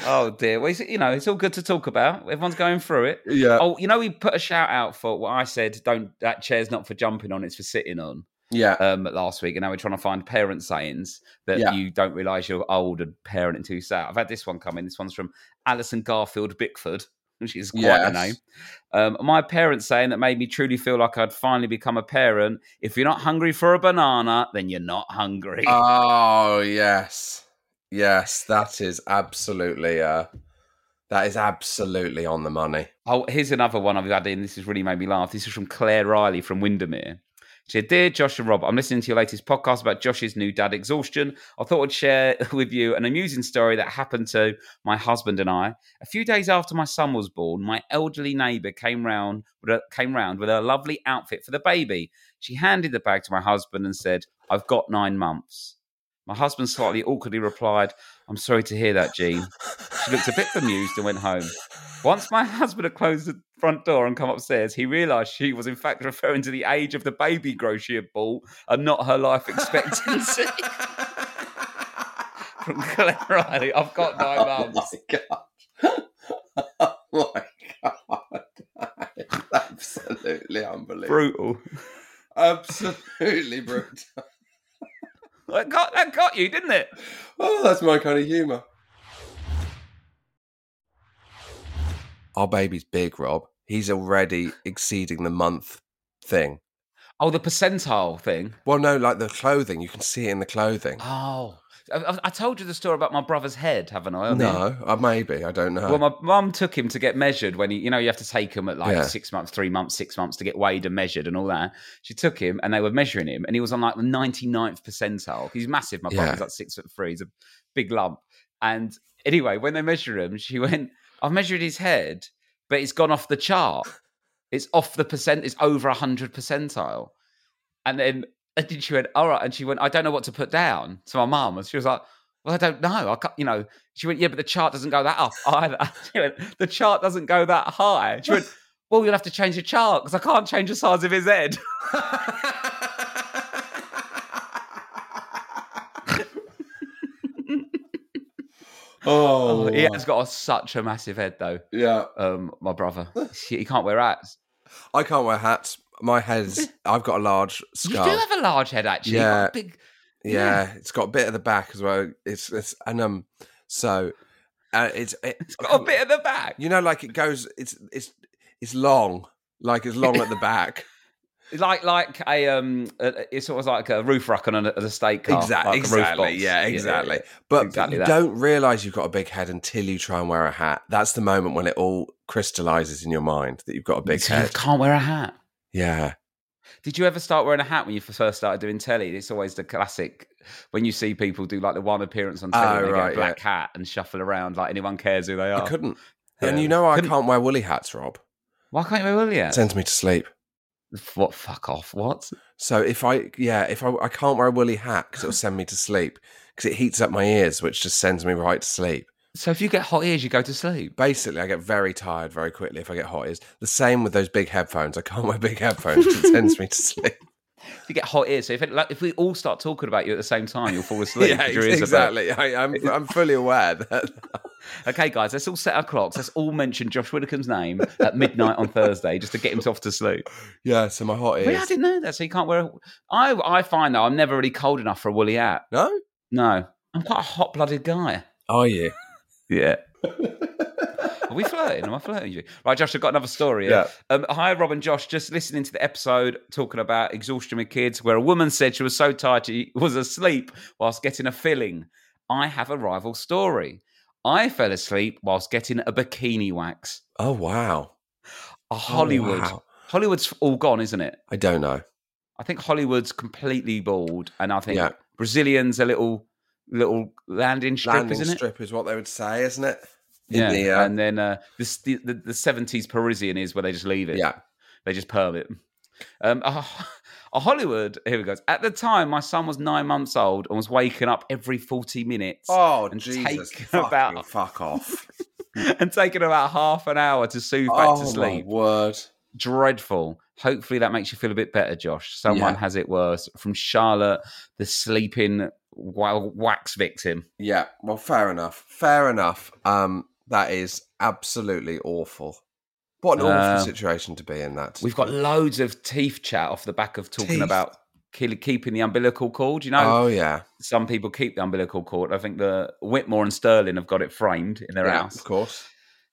Speaker 4: Oh, dear. Well, it's, you know, it's all good to talk about. Everyone's going through it.
Speaker 3: Yeah.
Speaker 4: Oh, you know, we put a shout out for what I said. Don't that chair's not for jumping on; it's for sitting on.
Speaker 3: yeah.
Speaker 4: Um, last week, and now we're trying to find parent sayings that
Speaker 3: Yeah.
Speaker 4: you don't realise you're old and parent until you say. it. I've had this one coming. This one's from Alison Garfield Bickford, (laughs) which is quite a
Speaker 3: Yes.
Speaker 4: name. Um, my parent saying that made me truly feel like I'd finally become a parent. If you're not hungry for a banana, then you're not hungry.
Speaker 3: Oh yes, yes, that is absolutely uh, that is absolutely on the money.
Speaker 4: Oh, here's another one I've had in. This has really made me laugh. This is from Claire Riley from Windermere. She said, Dear Josh and Rob, I'm listening to your latest podcast about Josh's new dad exhaustion. I thought I'd share (laughs) with you an amusing story that happened to my husband and I. A few days after my son was born, my elderly neighbour came round with a, came round with a lovely outfit for the baby. She handed the bag to my husband and said, I've got nine months. My husband slightly awkwardly replied, I'm sorry to hear that, Jean. She looked a bit bemused and went home. Once my husband had closed the front door and come upstairs, he realised she was in fact referring to the age of the baby grocery she had bought and not her life (laughs) expectancy. From Claire Riley, I've got nine months.
Speaker 3: (laughs) Oh my god, (laughs) that is absolutely unbelievable,
Speaker 4: Brutal.
Speaker 3: absolutely brutal. (laughs)
Speaker 4: That got, that got you, didn't it?
Speaker 3: Oh, that's my kind of humour. Our baby's big, Rob. He's already exceeding the month thing.
Speaker 4: Oh, the percentile thing.
Speaker 3: Well, no, like the clothing. You can see it in the clothing.
Speaker 4: Oh. I- I, I told you the story about my brother's head, haven't I? on the
Speaker 3: No, uh, maybe I don't know.
Speaker 4: Oh, Well, my mum took him to get measured when he, you know, you have to take him at like
Speaker 3: Yeah.
Speaker 4: six months, three months, six months to get weighed and measured and all that. She took him and they were measuring him and he was on like the 99th percentile. He's massive, my
Speaker 3: Yeah.
Speaker 4: brother's like six foot three. He's a big lump. And anyway, when they measure him, she went, I've measured his head, but it's gone off the chart. It's off the percent, it's over 100 percentile. And then and then she went, all right. And she went, I don't know what to put down to my mum. And she was like, well, I don't know. I can't, you know, she went, yeah, but the chart doesn't go that up (laughs) either. She went, the chart doesn't go that high. She went, well, you'll have to change the chart because I can't change the size of his head.
Speaker 3: oh,
Speaker 4: he has got a, such a massive head, though.
Speaker 3: yeah.
Speaker 4: Um, my brother, he, he can't wear hats.
Speaker 3: I can't wear hats.
Speaker 4: (laughs)
Speaker 3: My head's. I've got a large scarf.
Speaker 4: You do have a large head, actually. You've got a
Speaker 3: Yeah.
Speaker 4: big.
Speaker 3: yeah, it's got a bit at the back as well. It's it's and um so uh, it's it,
Speaker 4: It's got a bit at the back. (laughs)
Speaker 3: You know, like it goes. It's it's it's long. Like it's long at the back.
Speaker 4: like like a um, a, it's almost like a roof rack on a, a steak car,
Speaker 3: Exactly.
Speaker 4: like a roof
Speaker 3: exactly.
Speaker 4: box.
Speaker 3: Yeah, exactly. But
Speaker 4: Exactly
Speaker 3: you
Speaker 4: that.
Speaker 3: don't realize you've got a big head until you try and wear a hat. That's the moment when it all crystallizes in your mind that you've got a big
Speaker 4: So you
Speaker 3: head.
Speaker 4: can't wear a hat.
Speaker 3: Yeah.
Speaker 4: Did you ever start wearing a hat when you first started doing telly? It's always the classic when you see people do like the one appearance on telly
Speaker 3: Oh,
Speaker 4: and they get
Speaker 3: right,
Speaker 4: a black hat and shuffle around like anyone cares who they are.
Speaker 3: I couldn't.
Speaker 4: Yeah.
Speaker 3: And you know I
Speaker 4: Couldn't-
Speaker 3: can't wear woolly hats, Rob.
Speaker 4: Why can't you wear a
Speaker 3: It
Speaker 4: hat?
Speaker 3: sends me to sleep.
Speaker 4: What? Fuck off! What?
Speaker 3: So if I, yeah, if I, I can't wear a woolly hat because it'll send me to sleep because it heats up my ears, which just sends me right to sleep.
Speaker 4: So if you get hot ears, you go to sleep.
Speaker 3: Basically, I get very tired very quickly if I get hot ears. The same with those big headphones. I can't wear big headphones. 'cause It sends
Speaker 4: (laughs)
Speaker 3: me to sleep.
Speaker 4: If you get hot ears, so if it, like, if we all start talking about you at the same time, you'll fall
Speaker 3: (laughs)
Speaker 4: asleep. 'cause your
Speaker 3: ex-
Speaker 4: ears are burnt.
Speaker 3: exactly. I, I'm, I'm fully aware that (laughs)
Speaker 4: Okay, guys, let's all set our clocks. Let's all mention Josh Widdicombe's name at midnight on Thursday just to get him off to sleep.
Speaker 3: Yeah, so my hot
Speaker 4: Really, I
Speaker 3: ears.
Speaker 4: didn't know that. So you can't wear. A, I I find though I'm never really cold enough for a woolly hat.
Speaker 3: No?
Speaker 4: No, I'm quite a hot blooded guy.
Speaker 3: Are you?
Speaker 4: Yeah. (laughs) Are we flirting? Am I flirting with you? Right, Josh, I've got another story. here.
Speaker 3: Yeah.
Speaker 4: Um, hi, Rob and Josh. Just listening to the episode talking about exhaustion with kids, where a woman said she was so tired she was asleep whilst getting a filling. I have a rival story. I fell asleep whilst getting a bikini wax.
Speaker 3: Oh, wow.
Speaker 4: A Oh, Hollywood.
Speaker 3: Oh, wow.
Speaker 4: Hollywood's all gone, isn't it?
Speaker 3: I don't know.
Speaker 4: I think Hollywood's completely bald, and I think
Speaker 3: Yeah.
Speaker 4: Brazilians a little little landing strip,
Speaker 3: Landing
Speaker 4: isn't it?
Speaker 3: strip is what they would say, isn't it? In
Speaker 4: Yeah,
Speaker 3: the, uh,
Speaker 4: and then uh, this, the the the seventies Parisian is where they just leave it.
Speaker 3: yeah.
Speaker 4: they just perm it. Um, a, ho- a Hollywood. Here we go. At the time, my son was nine months old and was waking up every forty minutes.
Speaker 3: Oh,
Speaker 4: and
Speaker 3: Jesus.
Speaker 4: take
Speaker 3: fucking
Speaker 4: about-
Speaker 3: Fuck off.
Speaker 4: (laughs) And taking about half an hour to soothe back
Speaker 3: oh,
Speaker 4: to
Speaker 3: my
Speaker 4: sleep.
Speaker 3: word.
Speaker 4: Dreadful. Hopefully that makes you feel a bit better, Josh. Someone
Speaker 3: Yeah.
Speaker 4: has it worse. From Charlotte, the sleeping wild wax victim.
Speaker 3: Yeah. Well, fair enough. Fair enough. Um, That is absolutely awful. What an
Speaker 4: Uh,
Speaker 3: awful situation to be in that.
Speaker 4: We've got loads of teeth chat off the back of talking
Speaker 3: Teeth.
Speaker 4: about kill- keeping the umbilical cord. You know,
Speaker 3: Oh, yeah.
Speaker 4: some people keep the umbilical cord. I think the Whitmore and Sterling have got it framed in their
Speaker 3: yeah
Speaker 4: house.
Speaker 3: of course.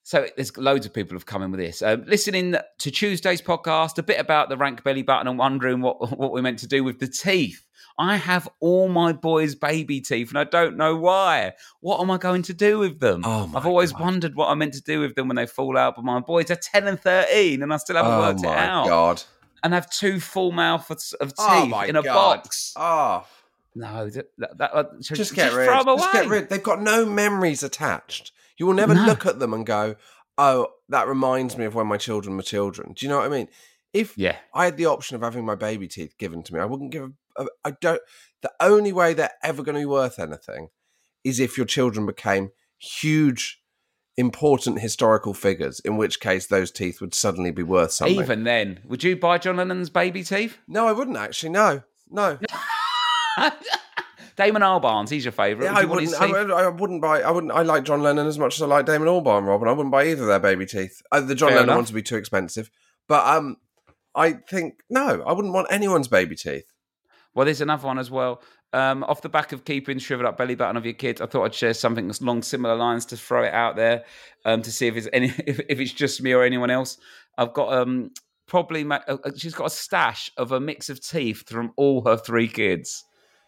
Speaker 4: So there's loads of people have come in with this. Um, listening to Tuesday's podcast, a bit about the rank belly button and wondering what (laughs) what we're meant to do with the teeth. I have all my boys' baby teeth, and I don't know why. What am I going to do with them?
Speaker 3: Oh my
Speaker 4: I've always
Speaker 3: God.
Speaker 4: wondered what I'm meant to do with them when they fall out. But my boys are ten and thirteen, and I still haven't
Speaker 3: Oh,
Speaker 4: worked it
Speaker 3: my
Speaker 4: out.
Speaker 3: God.
Speaker 4: And have two full mouths of teeth
Speaker 3: Oh, my
Speaker 4: in a
Speaker 3: God.
Speaker 4: box.
Speaker 3: Oh,
Speaker 4: No, that, that, that-
Speaker 3: just get rid.
Speaker 4: Throw 'em away.
Speaker 3: Just get rid. They've got no memories attached. You will never
Speaker 4: No.
Speaker 3: look at them and go, "Oh, that reminds me of when my children were children." Do you know what I mean? If
Speaker 4: Yeah,
Speaker 3: I had the option of having my baby teeth given to me, I wouldn't give. A, a- I don't. The only way they're ever going to be worth anything is if your children became huge, important historical figures. In which case, those teeth would suddenly be worth something.
Speaker 4: even then, would you buy John Lennon's baby teeth? (laughs)
Speaker 3: No, I wouldn't actually. No, no.
Speaker 4: Damon Albarn's, he's your favourite.
Speaker 3: Yeah,
Speaker 4: Would
Speaker 3: I
Speaker 4: you want his
Speaker 3: wouldn't. I,
Speaker 4: teeth?
Speaker 3: would- I wouldn't buy. I wouldn't. I like John Lennon as much as I like Damon Albarn, Rob, and I wouldn't buy either of their baby teeth. Uh, the John
Speaker 4: Fair
Speaker 3: Lennon
Speaker 4: enough.
Speaker 3: ones would be too expensive, but um, I think no, I wouldn't want anyone's baby teeth.
Speaker 4: Well, there's another one as well. Um, off the back of keeping shriveled up belly button of your kid, I thought I'd share something along similar lines to throw it out there um, to see if it's any (laughs) if, if it's just me or anyone else. I've got um probably ma- uh, uh, she's got a stash of a mix of teeth from all her three kids.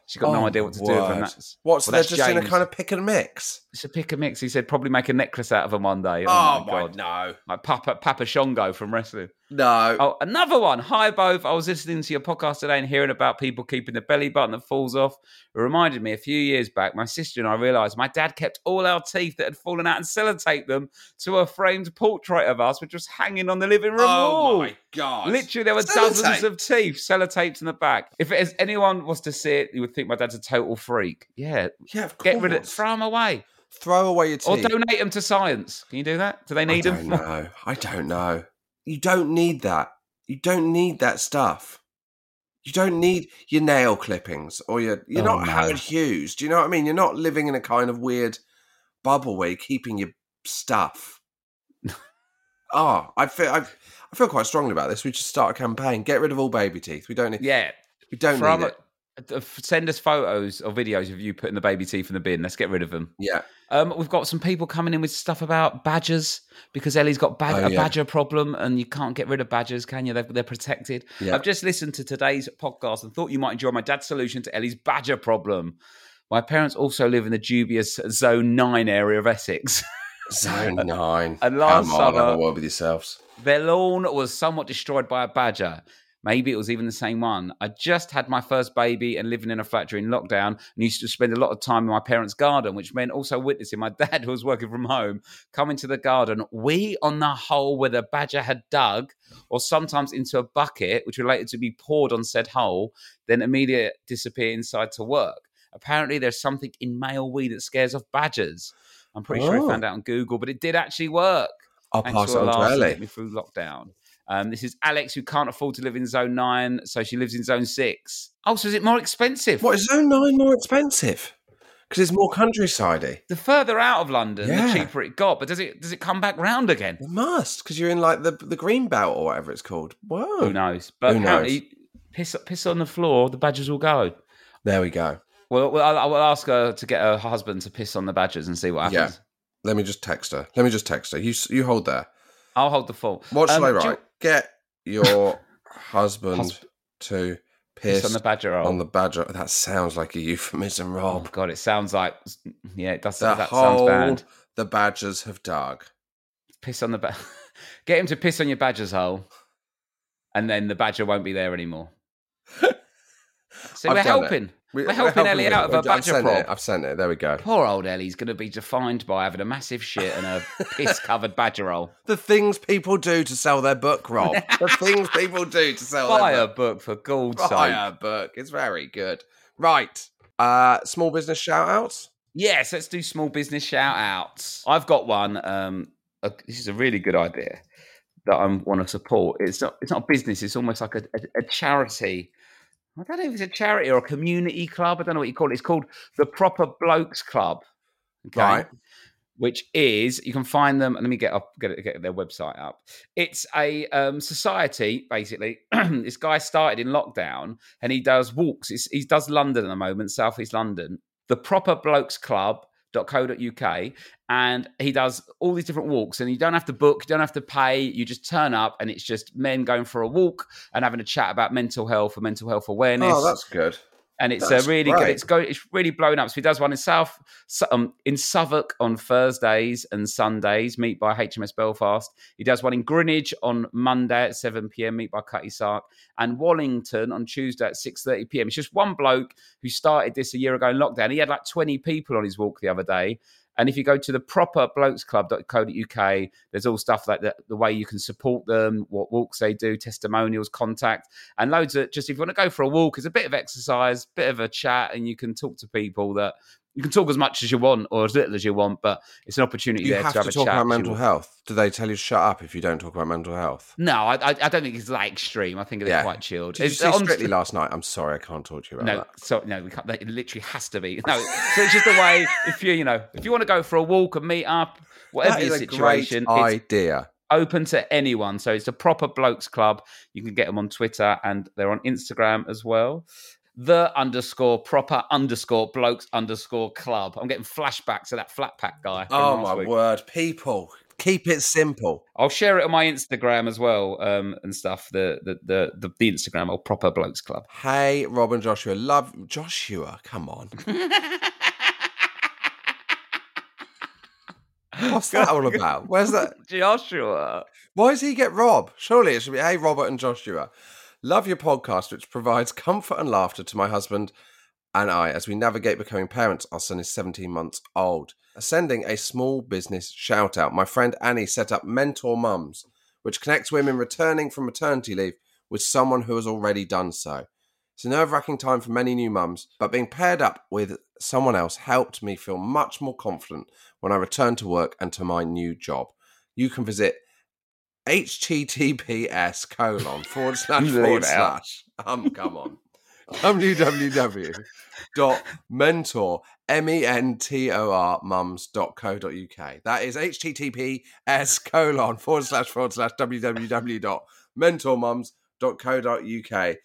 Speaker 4: She's got
Speaker 3: Oh
Speaker 4: no
Speaker 3: my
Speaker 4: idea what to do with
Speaker 3: word.
Speaker 4: them. That's,
Speaker 3: What's
Speaker 4: well,
Speaker 3: they're
Speaker 4: that's
Speaker 3: just in a
Speaker 4: James.
Speaker 3: kind of pick and mix.
Speaker 4: it's a pick and mix. He said probably make a necklace out of them one day. Oh, my god,
Speaker 3: no,
Speaker 4: like Papa Papa Shongo from wrestling.
Speaker 3: no.
Speaker 4: Oh, another one. Hi, both. I was listening to your podcast today and hearing about people keeping the belly button that falls off. It reminded me a few years back, my sister and I realized my dad kept all our teeth that had fallen out and sellotaped them to a framed portrait of us, which was hanging on the living room wall.
Speaker 3: Oh, god!
Speaker 4: Literally, there were dozens of teeth, sellotapes in the back. If it is, anyone was to see it, you would think my dad's a total freak. Yeah,
Speaker 3: yeah, of course.
Speaker 4: get rid of it, throw them away,
Speaker 3: Throw away your teeth.
Speaker 4: or donate them to science. Can you do that? Do they
Speaker 3: I
Speaker 4: need
Speaker 3: don't
Speaker 4: them?
Speaker 3: know. I don't know. You don't need that. You don't need that stuff. You don't need your nail clippings or your. You're
Speaker 4: Oh,
Speaker 3: not
Speaker 4: no.
Speaker 3: Howard Hughes. Do you know what I mean? You're not living in a kind of weird bubble where you're keeping your
Speaker 4: (laughs)
Speaker 3: stuff. Ah, I feel. I, I feel quite strongly about this. We should start a campaign. Get rid of all baby teeth. We don't
Speaker 4: (laughs)
Speaker 3: need.
Speaker 4: Yeah,
Speaker 3: We (laughs) don't
Speaker 4: throw
Speaker 3: need
Speaker 4: 'em-
Speaker 3: it.
Speaker 4: Uh, Send us photos or videos of you putting the baby teeth in the bin. Let's get rid of them.
Speaker 3: Yeah.
Speaker 4: Um, we've got some people coming in with stuff about badgers because Ellie's got bad-
Speaker 3: Oh,
Speaker 4: a
Speaker 3: yeah.
Speaker 4: badger problem and you can't get rid of badgers, can you? They're, they're protected.
Speaker 3: Yeah.
Speaker 4: I've just listened to today's podcast and thought you might enjoy my dad's solution to Ellie's badger problem. My parents also live in the dubious Zone 9 area of Essex. (laughs)
Speaker 3: Zone nine.
Speaker 4: and last
Speaker 3: Come on, have
Speaker 4: summer-
Speaker 3: a word with yourselves.
Speaker 4: Their lawn was somewhat destroyed by a badger. Maybe it was even the same one. I just had my first baby and living in a flat during lockdown and used to spend a lot of time in my parents' garden, which meant also witnessing my (laughs) dad, who was working from home, come into the garden. We on the hole where the badger had dug, or sometimes into a bucket, which were later to be poured on said hole, then immediate disappear inside to work. Apparently, there's something in male wee that scares off badgers. I'm pretty sure I
Speaker 3: Oh.
Speaker 4: found out on Google, but it did actually work.
Speaker 3: I'll
Speaker 4: Thanks
Speaker 3: pass
Speaker 4: for a
Speaker 3: it on
Speaker 4: laugh
Speaker 3: to
Speaker 4: and
Speaker 3: Ellie.
Speaker 4: get me through lockdown. Um, this is Alex who can't afford to live in Zone Nine, so she lives in Zone Six. Oh, so is it more expensive?
Speaker 3: What is Zone Nine more expensive? Because it's more countryside-y.
Speaker 4: The further out of London,
Speaker 3: Yeah.
Speaker 4: the cheaper it got. But does it does it come back round again?
Speaker 3: It must because you're in like the the green belt or whatever it's called. Whoa!
Speaker 4: Who knows? But
Speaker 3: Who
Speaker 4: apparently, piss piss on the floor, the badgers will go.
Speaker 3: There we go.
Speaker 4: Well, well, I'll, I will ask her to get her husband to piss on the badgers and see what
Speaker 3: Yeah.
Speaker 4: happens.
Speaker 3: Let me just text her. Let me just text her. You s- you hold there.
Speaker 4: I'll hold the fort.
Speaker 3: What should
Speaker 4: Um,
Speaker 3: I
Speaker 4: do you-
Speaker 3: write? Get your
Speaker 4: (laughs)
Speaker 3: husband
Speaker 4: Husb-
Speaker 3: to
Speaker 4: Piss
Speaker 3: piss
Speaker 4: on the badger. hole.
Speaker 3: on the badger. Oh, That sounds like a euphemism,
Speaker 4: Oh
Speaker 3: Rob.
Speaker 4: God, it sounds like yeah, it does.
Speaker 3: the
Speaker 4: that sounds
Speaker 3: hole
Speaker 4: bad.
Speaker 3: the badgers have dug.
Speaker 4: piss on the ba- (laughs) get him to piss on your badger's hole, and then the badger won't be there anymore. So
Speaker 3: I've
Speaker 4: we're
Speaker 3: done it.
Speaker 4: helping.
Speaker 3: We-
Speaker 4: We're helping Ellie
Speaker 3: him.
Speaker 4: out of her
Speaker 3: I've
Speaker 4: badger
Speaker 3: sent it.
Speaker 4: prop.
Speaker 3: I've sent it. There we go.
Speaker 4: Poor old Ellie's going to be defined by having a massive shit and
Speaker 3: (laughs)
Speaker 4: a piss-covered badger hole.
Speaker 3: The things people do to sell their book, Rob. the things people do to sell
Speaker 4: Buy
Speaker 3: their
Speaker 4: a
Speaker 3: book.
Speaker 4: book for God's
Speaker 3: Buy
Speaker 4: sake.
Speaker 3: a book. Oh, It's very good. Right. Uh, small business shout outs.
Speaker 4: Yes, let's do small business shout outs. I've got one. Um, a, this is a really good idea that I want to support. It's not, it's not a business, it's almost like a, a, a charity. I don't know if it's a charity or a community club. I don't know what you call it. It's called the Proper Blokes Club. Okay.
Speaker 3: Right.
Speaker 4: Which is you can find them. Let me get up, get it- get their website up. It's a um, society basically. (clears throat) this guy started in lockdown, and he does walks. It's, he does London at the moment, Southeast London, the proper blokes club .co.uk and he does all these different walks and you don't have to book you don't have to pay you just turn up and it's just men going for a walk and having a chat about mental health and mental health awareness
Speaker 3: Oh, that's good.
Speaker 4: and it's uh,
Speaker 3: That's
Speaker 4: really good.
Speaker 3: great.
Speaker 4: It's go, it's really blown up. So he does one in South Su- um, in Southwark on Thursdays and Sundays. Meet by HMS Belfast. He does one in Greenwich on Monday at seven pm. Meet by Cutty Sark and Wallington on Tuesday at six thirty pm. It's just one bloke who started this a year ago in lockdown. He had like twenty people on his walk the other day. And if you go to the proper blokesclub.co.uk, there's all stuff like the, the way you can support them, what walks they do, testimonials, contact, and loads of just if you want to go for a walk, it's a bit of exercise, bit of a chat, and you can talk to people that you can talk as much as you want or as little as you want, but it's an opportunity
Speaker 3: You
Speaker 4: there
Speaker 3: have
Speaker 4: to
Speaker 3: to,
Speaker 4: have a
Speaker 3: talk
Speaker 4: chat.
Speaker 3: about
Speaker 4: as you
Speaker 3: mental
Speaker 4: walk.
Speaker 3: health. Do they tell you to shut up if you don't talk about mental health?
Speaker 4: No, I, I, I don't think it's that extreme. I think they're
Speaker 3: Yeah.
Speaker 4: quite chilled.
Speaker 3: Did you
Speaker 4: It's
Speaker 3: see
Speaker 4: on-
Speaker 3: Strictly last night? I'm sorry, I can't talk to you about
Speaker 4: No, so no, we can't, it literally has to be. (laughs) No, so it's just a way. If you you know, if you want to go for a walk and meet up,
Speaker 3: that.
Speaker 4: whatever
Speaker 3: That is
Speaker 4: your
Speaker 3: a great
Speaker 4: situation, it's
Speaker 3: idea.
Speaker 4: open to anyone. So it's a proper blokes club. You can get them on Twitter and they're on Instagram as well. The underscore proper underscore blokes underscore club. I'm getting flashbacks of that flat pack guy. from
Speaker 3: Oh
Speaker 4: last
Speaker 3: my
Speaker 4: week.
Speaker 3: word, people, keep it simple.
Speaker 4: I'll share it on my Instagram as well um, and stuff. The the the the, the Instagram or proper blokes club.
Speaker 3: Hey, Rob and Joshua, love Joshua.
Speaker 4: (laughs)
Speaker 3: Come on, what's that all about? Where's that?
Speaker 4: Joshua.
Speaker 3: Why does he get Rob? Surely it should be Hey, Robert and Joshua. Love your podcast, which provides (laughs) comfort and laughter to my husband and I as we navigate becoming parents. Our son is 17 months old. Sending a small business shout out. My friend Annie set up Mentor Mums, which connects women returning from maternity leave with someone who has already done so. It's a nerve wracking time for many new mums, but being paired up with someone else helped me feel much more confident when I returned to work and to my new job. You can visit https colon forward slash
Speaker 4: Leave it
Speaker 3: forward
Speaker 4: out.
Speaker 3: slash (laughs) um come on www dot mentor m e n t o r mums dot co dot uk that is https colon forward slash forward slash www dot mentormums dot co dot uk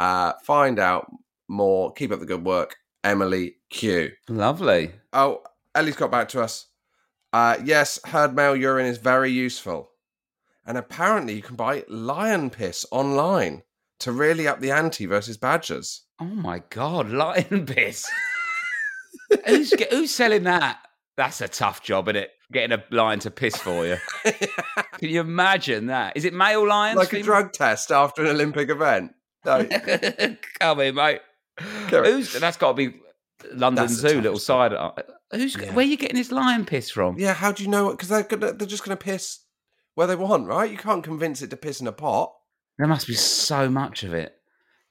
Speaker 3: uh, find out more. Keep up the good work, Emily Q.
Speaker 4: Lovely.
Speaker 3: Oh, Ellie's got back to us. Uh, yes, herd male urine is very useful. And apparently, you can buy lion piss online to really up the ante versus badgers.
Speaker 4: Oh my god, (laughs) lion piss. who's ge- who's selling that? That's a tough job, isn't it? Getting a lion to piss for
Speaker 3: (laughs)
Speaker 4: you. Can you imagine that? Is it male lions?
Speaker 3: like a
Speaker 4: female-
Speaker 3: drug test after an Olympic event. No,
Speaker 4: (laughs) Come here, mate.
Speaker 3: on.
Speaker 4: Who's that's got to be London
Speaker 3: That's the
Speaker 4: Zoo little
Speaker 3: toughest
Speaker 4: side. Who's
Speaker 3: Yeah.
Speaker 4: where are you getting this lion piss from?
Speaker 3: yeah, how do you know? Because they're gonna, they're just going to piss where they want, right? You can't convince it to piss in a pot.
Speaker 4: There must be so much of it.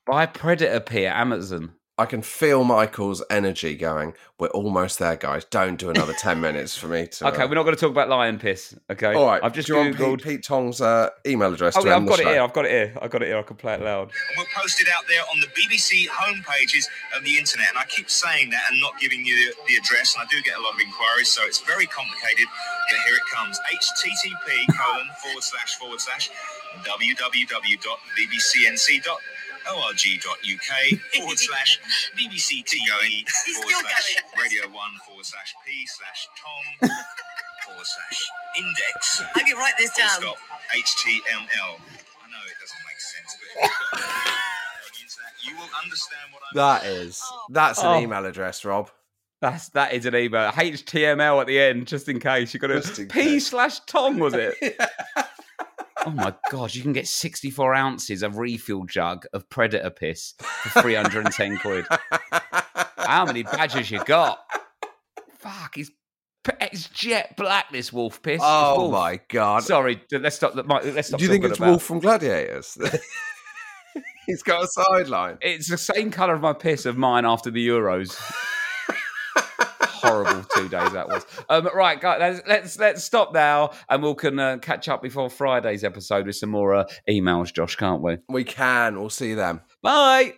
Speaker 4: Buy Predator Pee at Amazon.
Speaker 3: I can feel Michael's energy going. We're almost there, guys. Don't do another ten minutes for me
Speaker 4: (laughs)
Speaker 3: to.
Speaker 4: Okay, we're not going to talk about lion piss. Okay,
Speaker 3: All right.
Speaker 4: I've just
Speaker 3: do you want
Speaker 4: googled.
Speaker 3: Pete, Pete Tong's uh, email address?
Speaker 4: Oh,
Speaker 3: to
Speaker 4: yeah,
Speaker 3: end
Speaker 4: I've
Speaker 3: the
Speaker 4: got it
Speaker 3: show?
Speaker 4: here. I've got it here. I've got it here. I can play it loud.
Speaker 7: We're posted out there on the BBC homepages of the internet. And I keep saying that and not giving you the, the address. And I do get a lot of inquiries, so it's very complicated. But here it comes: http colon forward slash forward slash
Speaker 5: (laughs)
Speaker 7: www.bbcnc.org.uk forward slash bbcte E forward slash radio one forward slash p slash tom
Speaker 5: (laughs)
Speaker 7: forward slash index.
Speaker 8: I can write this
Speaker 7: Full
Speaker 8: down.
Speaker 7: Stop. HTML. I know it doesn't make sense, but if you've got on the internet, you will understand
Speaker 3: (laughs)
Speaker 7: what I'm
Speaker 3: That is. That's an
Speaker 4: Oh.
Speaker 3: email address, Rob.
Speaker 4: That's that is an email. HTML at the end, just in case you got
Speaker 3: Just
Speaker 4: to
Speaker 3: in
Speaker 4: P slash Tom was
Speaker 3: (laughs)
Speaker 4: it? oh my gosh, you can get sixty four ounces of refill jug of predator piss for three hundred and ten quid. How many badges you got? Fuck, he's it's jet black. This wolf piss. It's
Speaker 3: oh
Speaker 4: wolf.
Speaker 3: my god.
Speaker 4: Sorry, let's stop. Let's stop
Speaker 3: do you think
Speaker 4: talking
Speaker 3: it's
Speaker 4: about-
Speaker 3: Wolf from Gladiators? (laughs) He's got a sideline.
Speaker 4: It's the same colour of my piss of mine after the Euros. Horrible two days that was. Um, right, guys, let's, let's let's stop now, and we will can uh, catch up before Friday's episode with some more uh, emails, Josh, can't we?
Speaker 3: We can. We'll see them.
Speaker 4: Bye.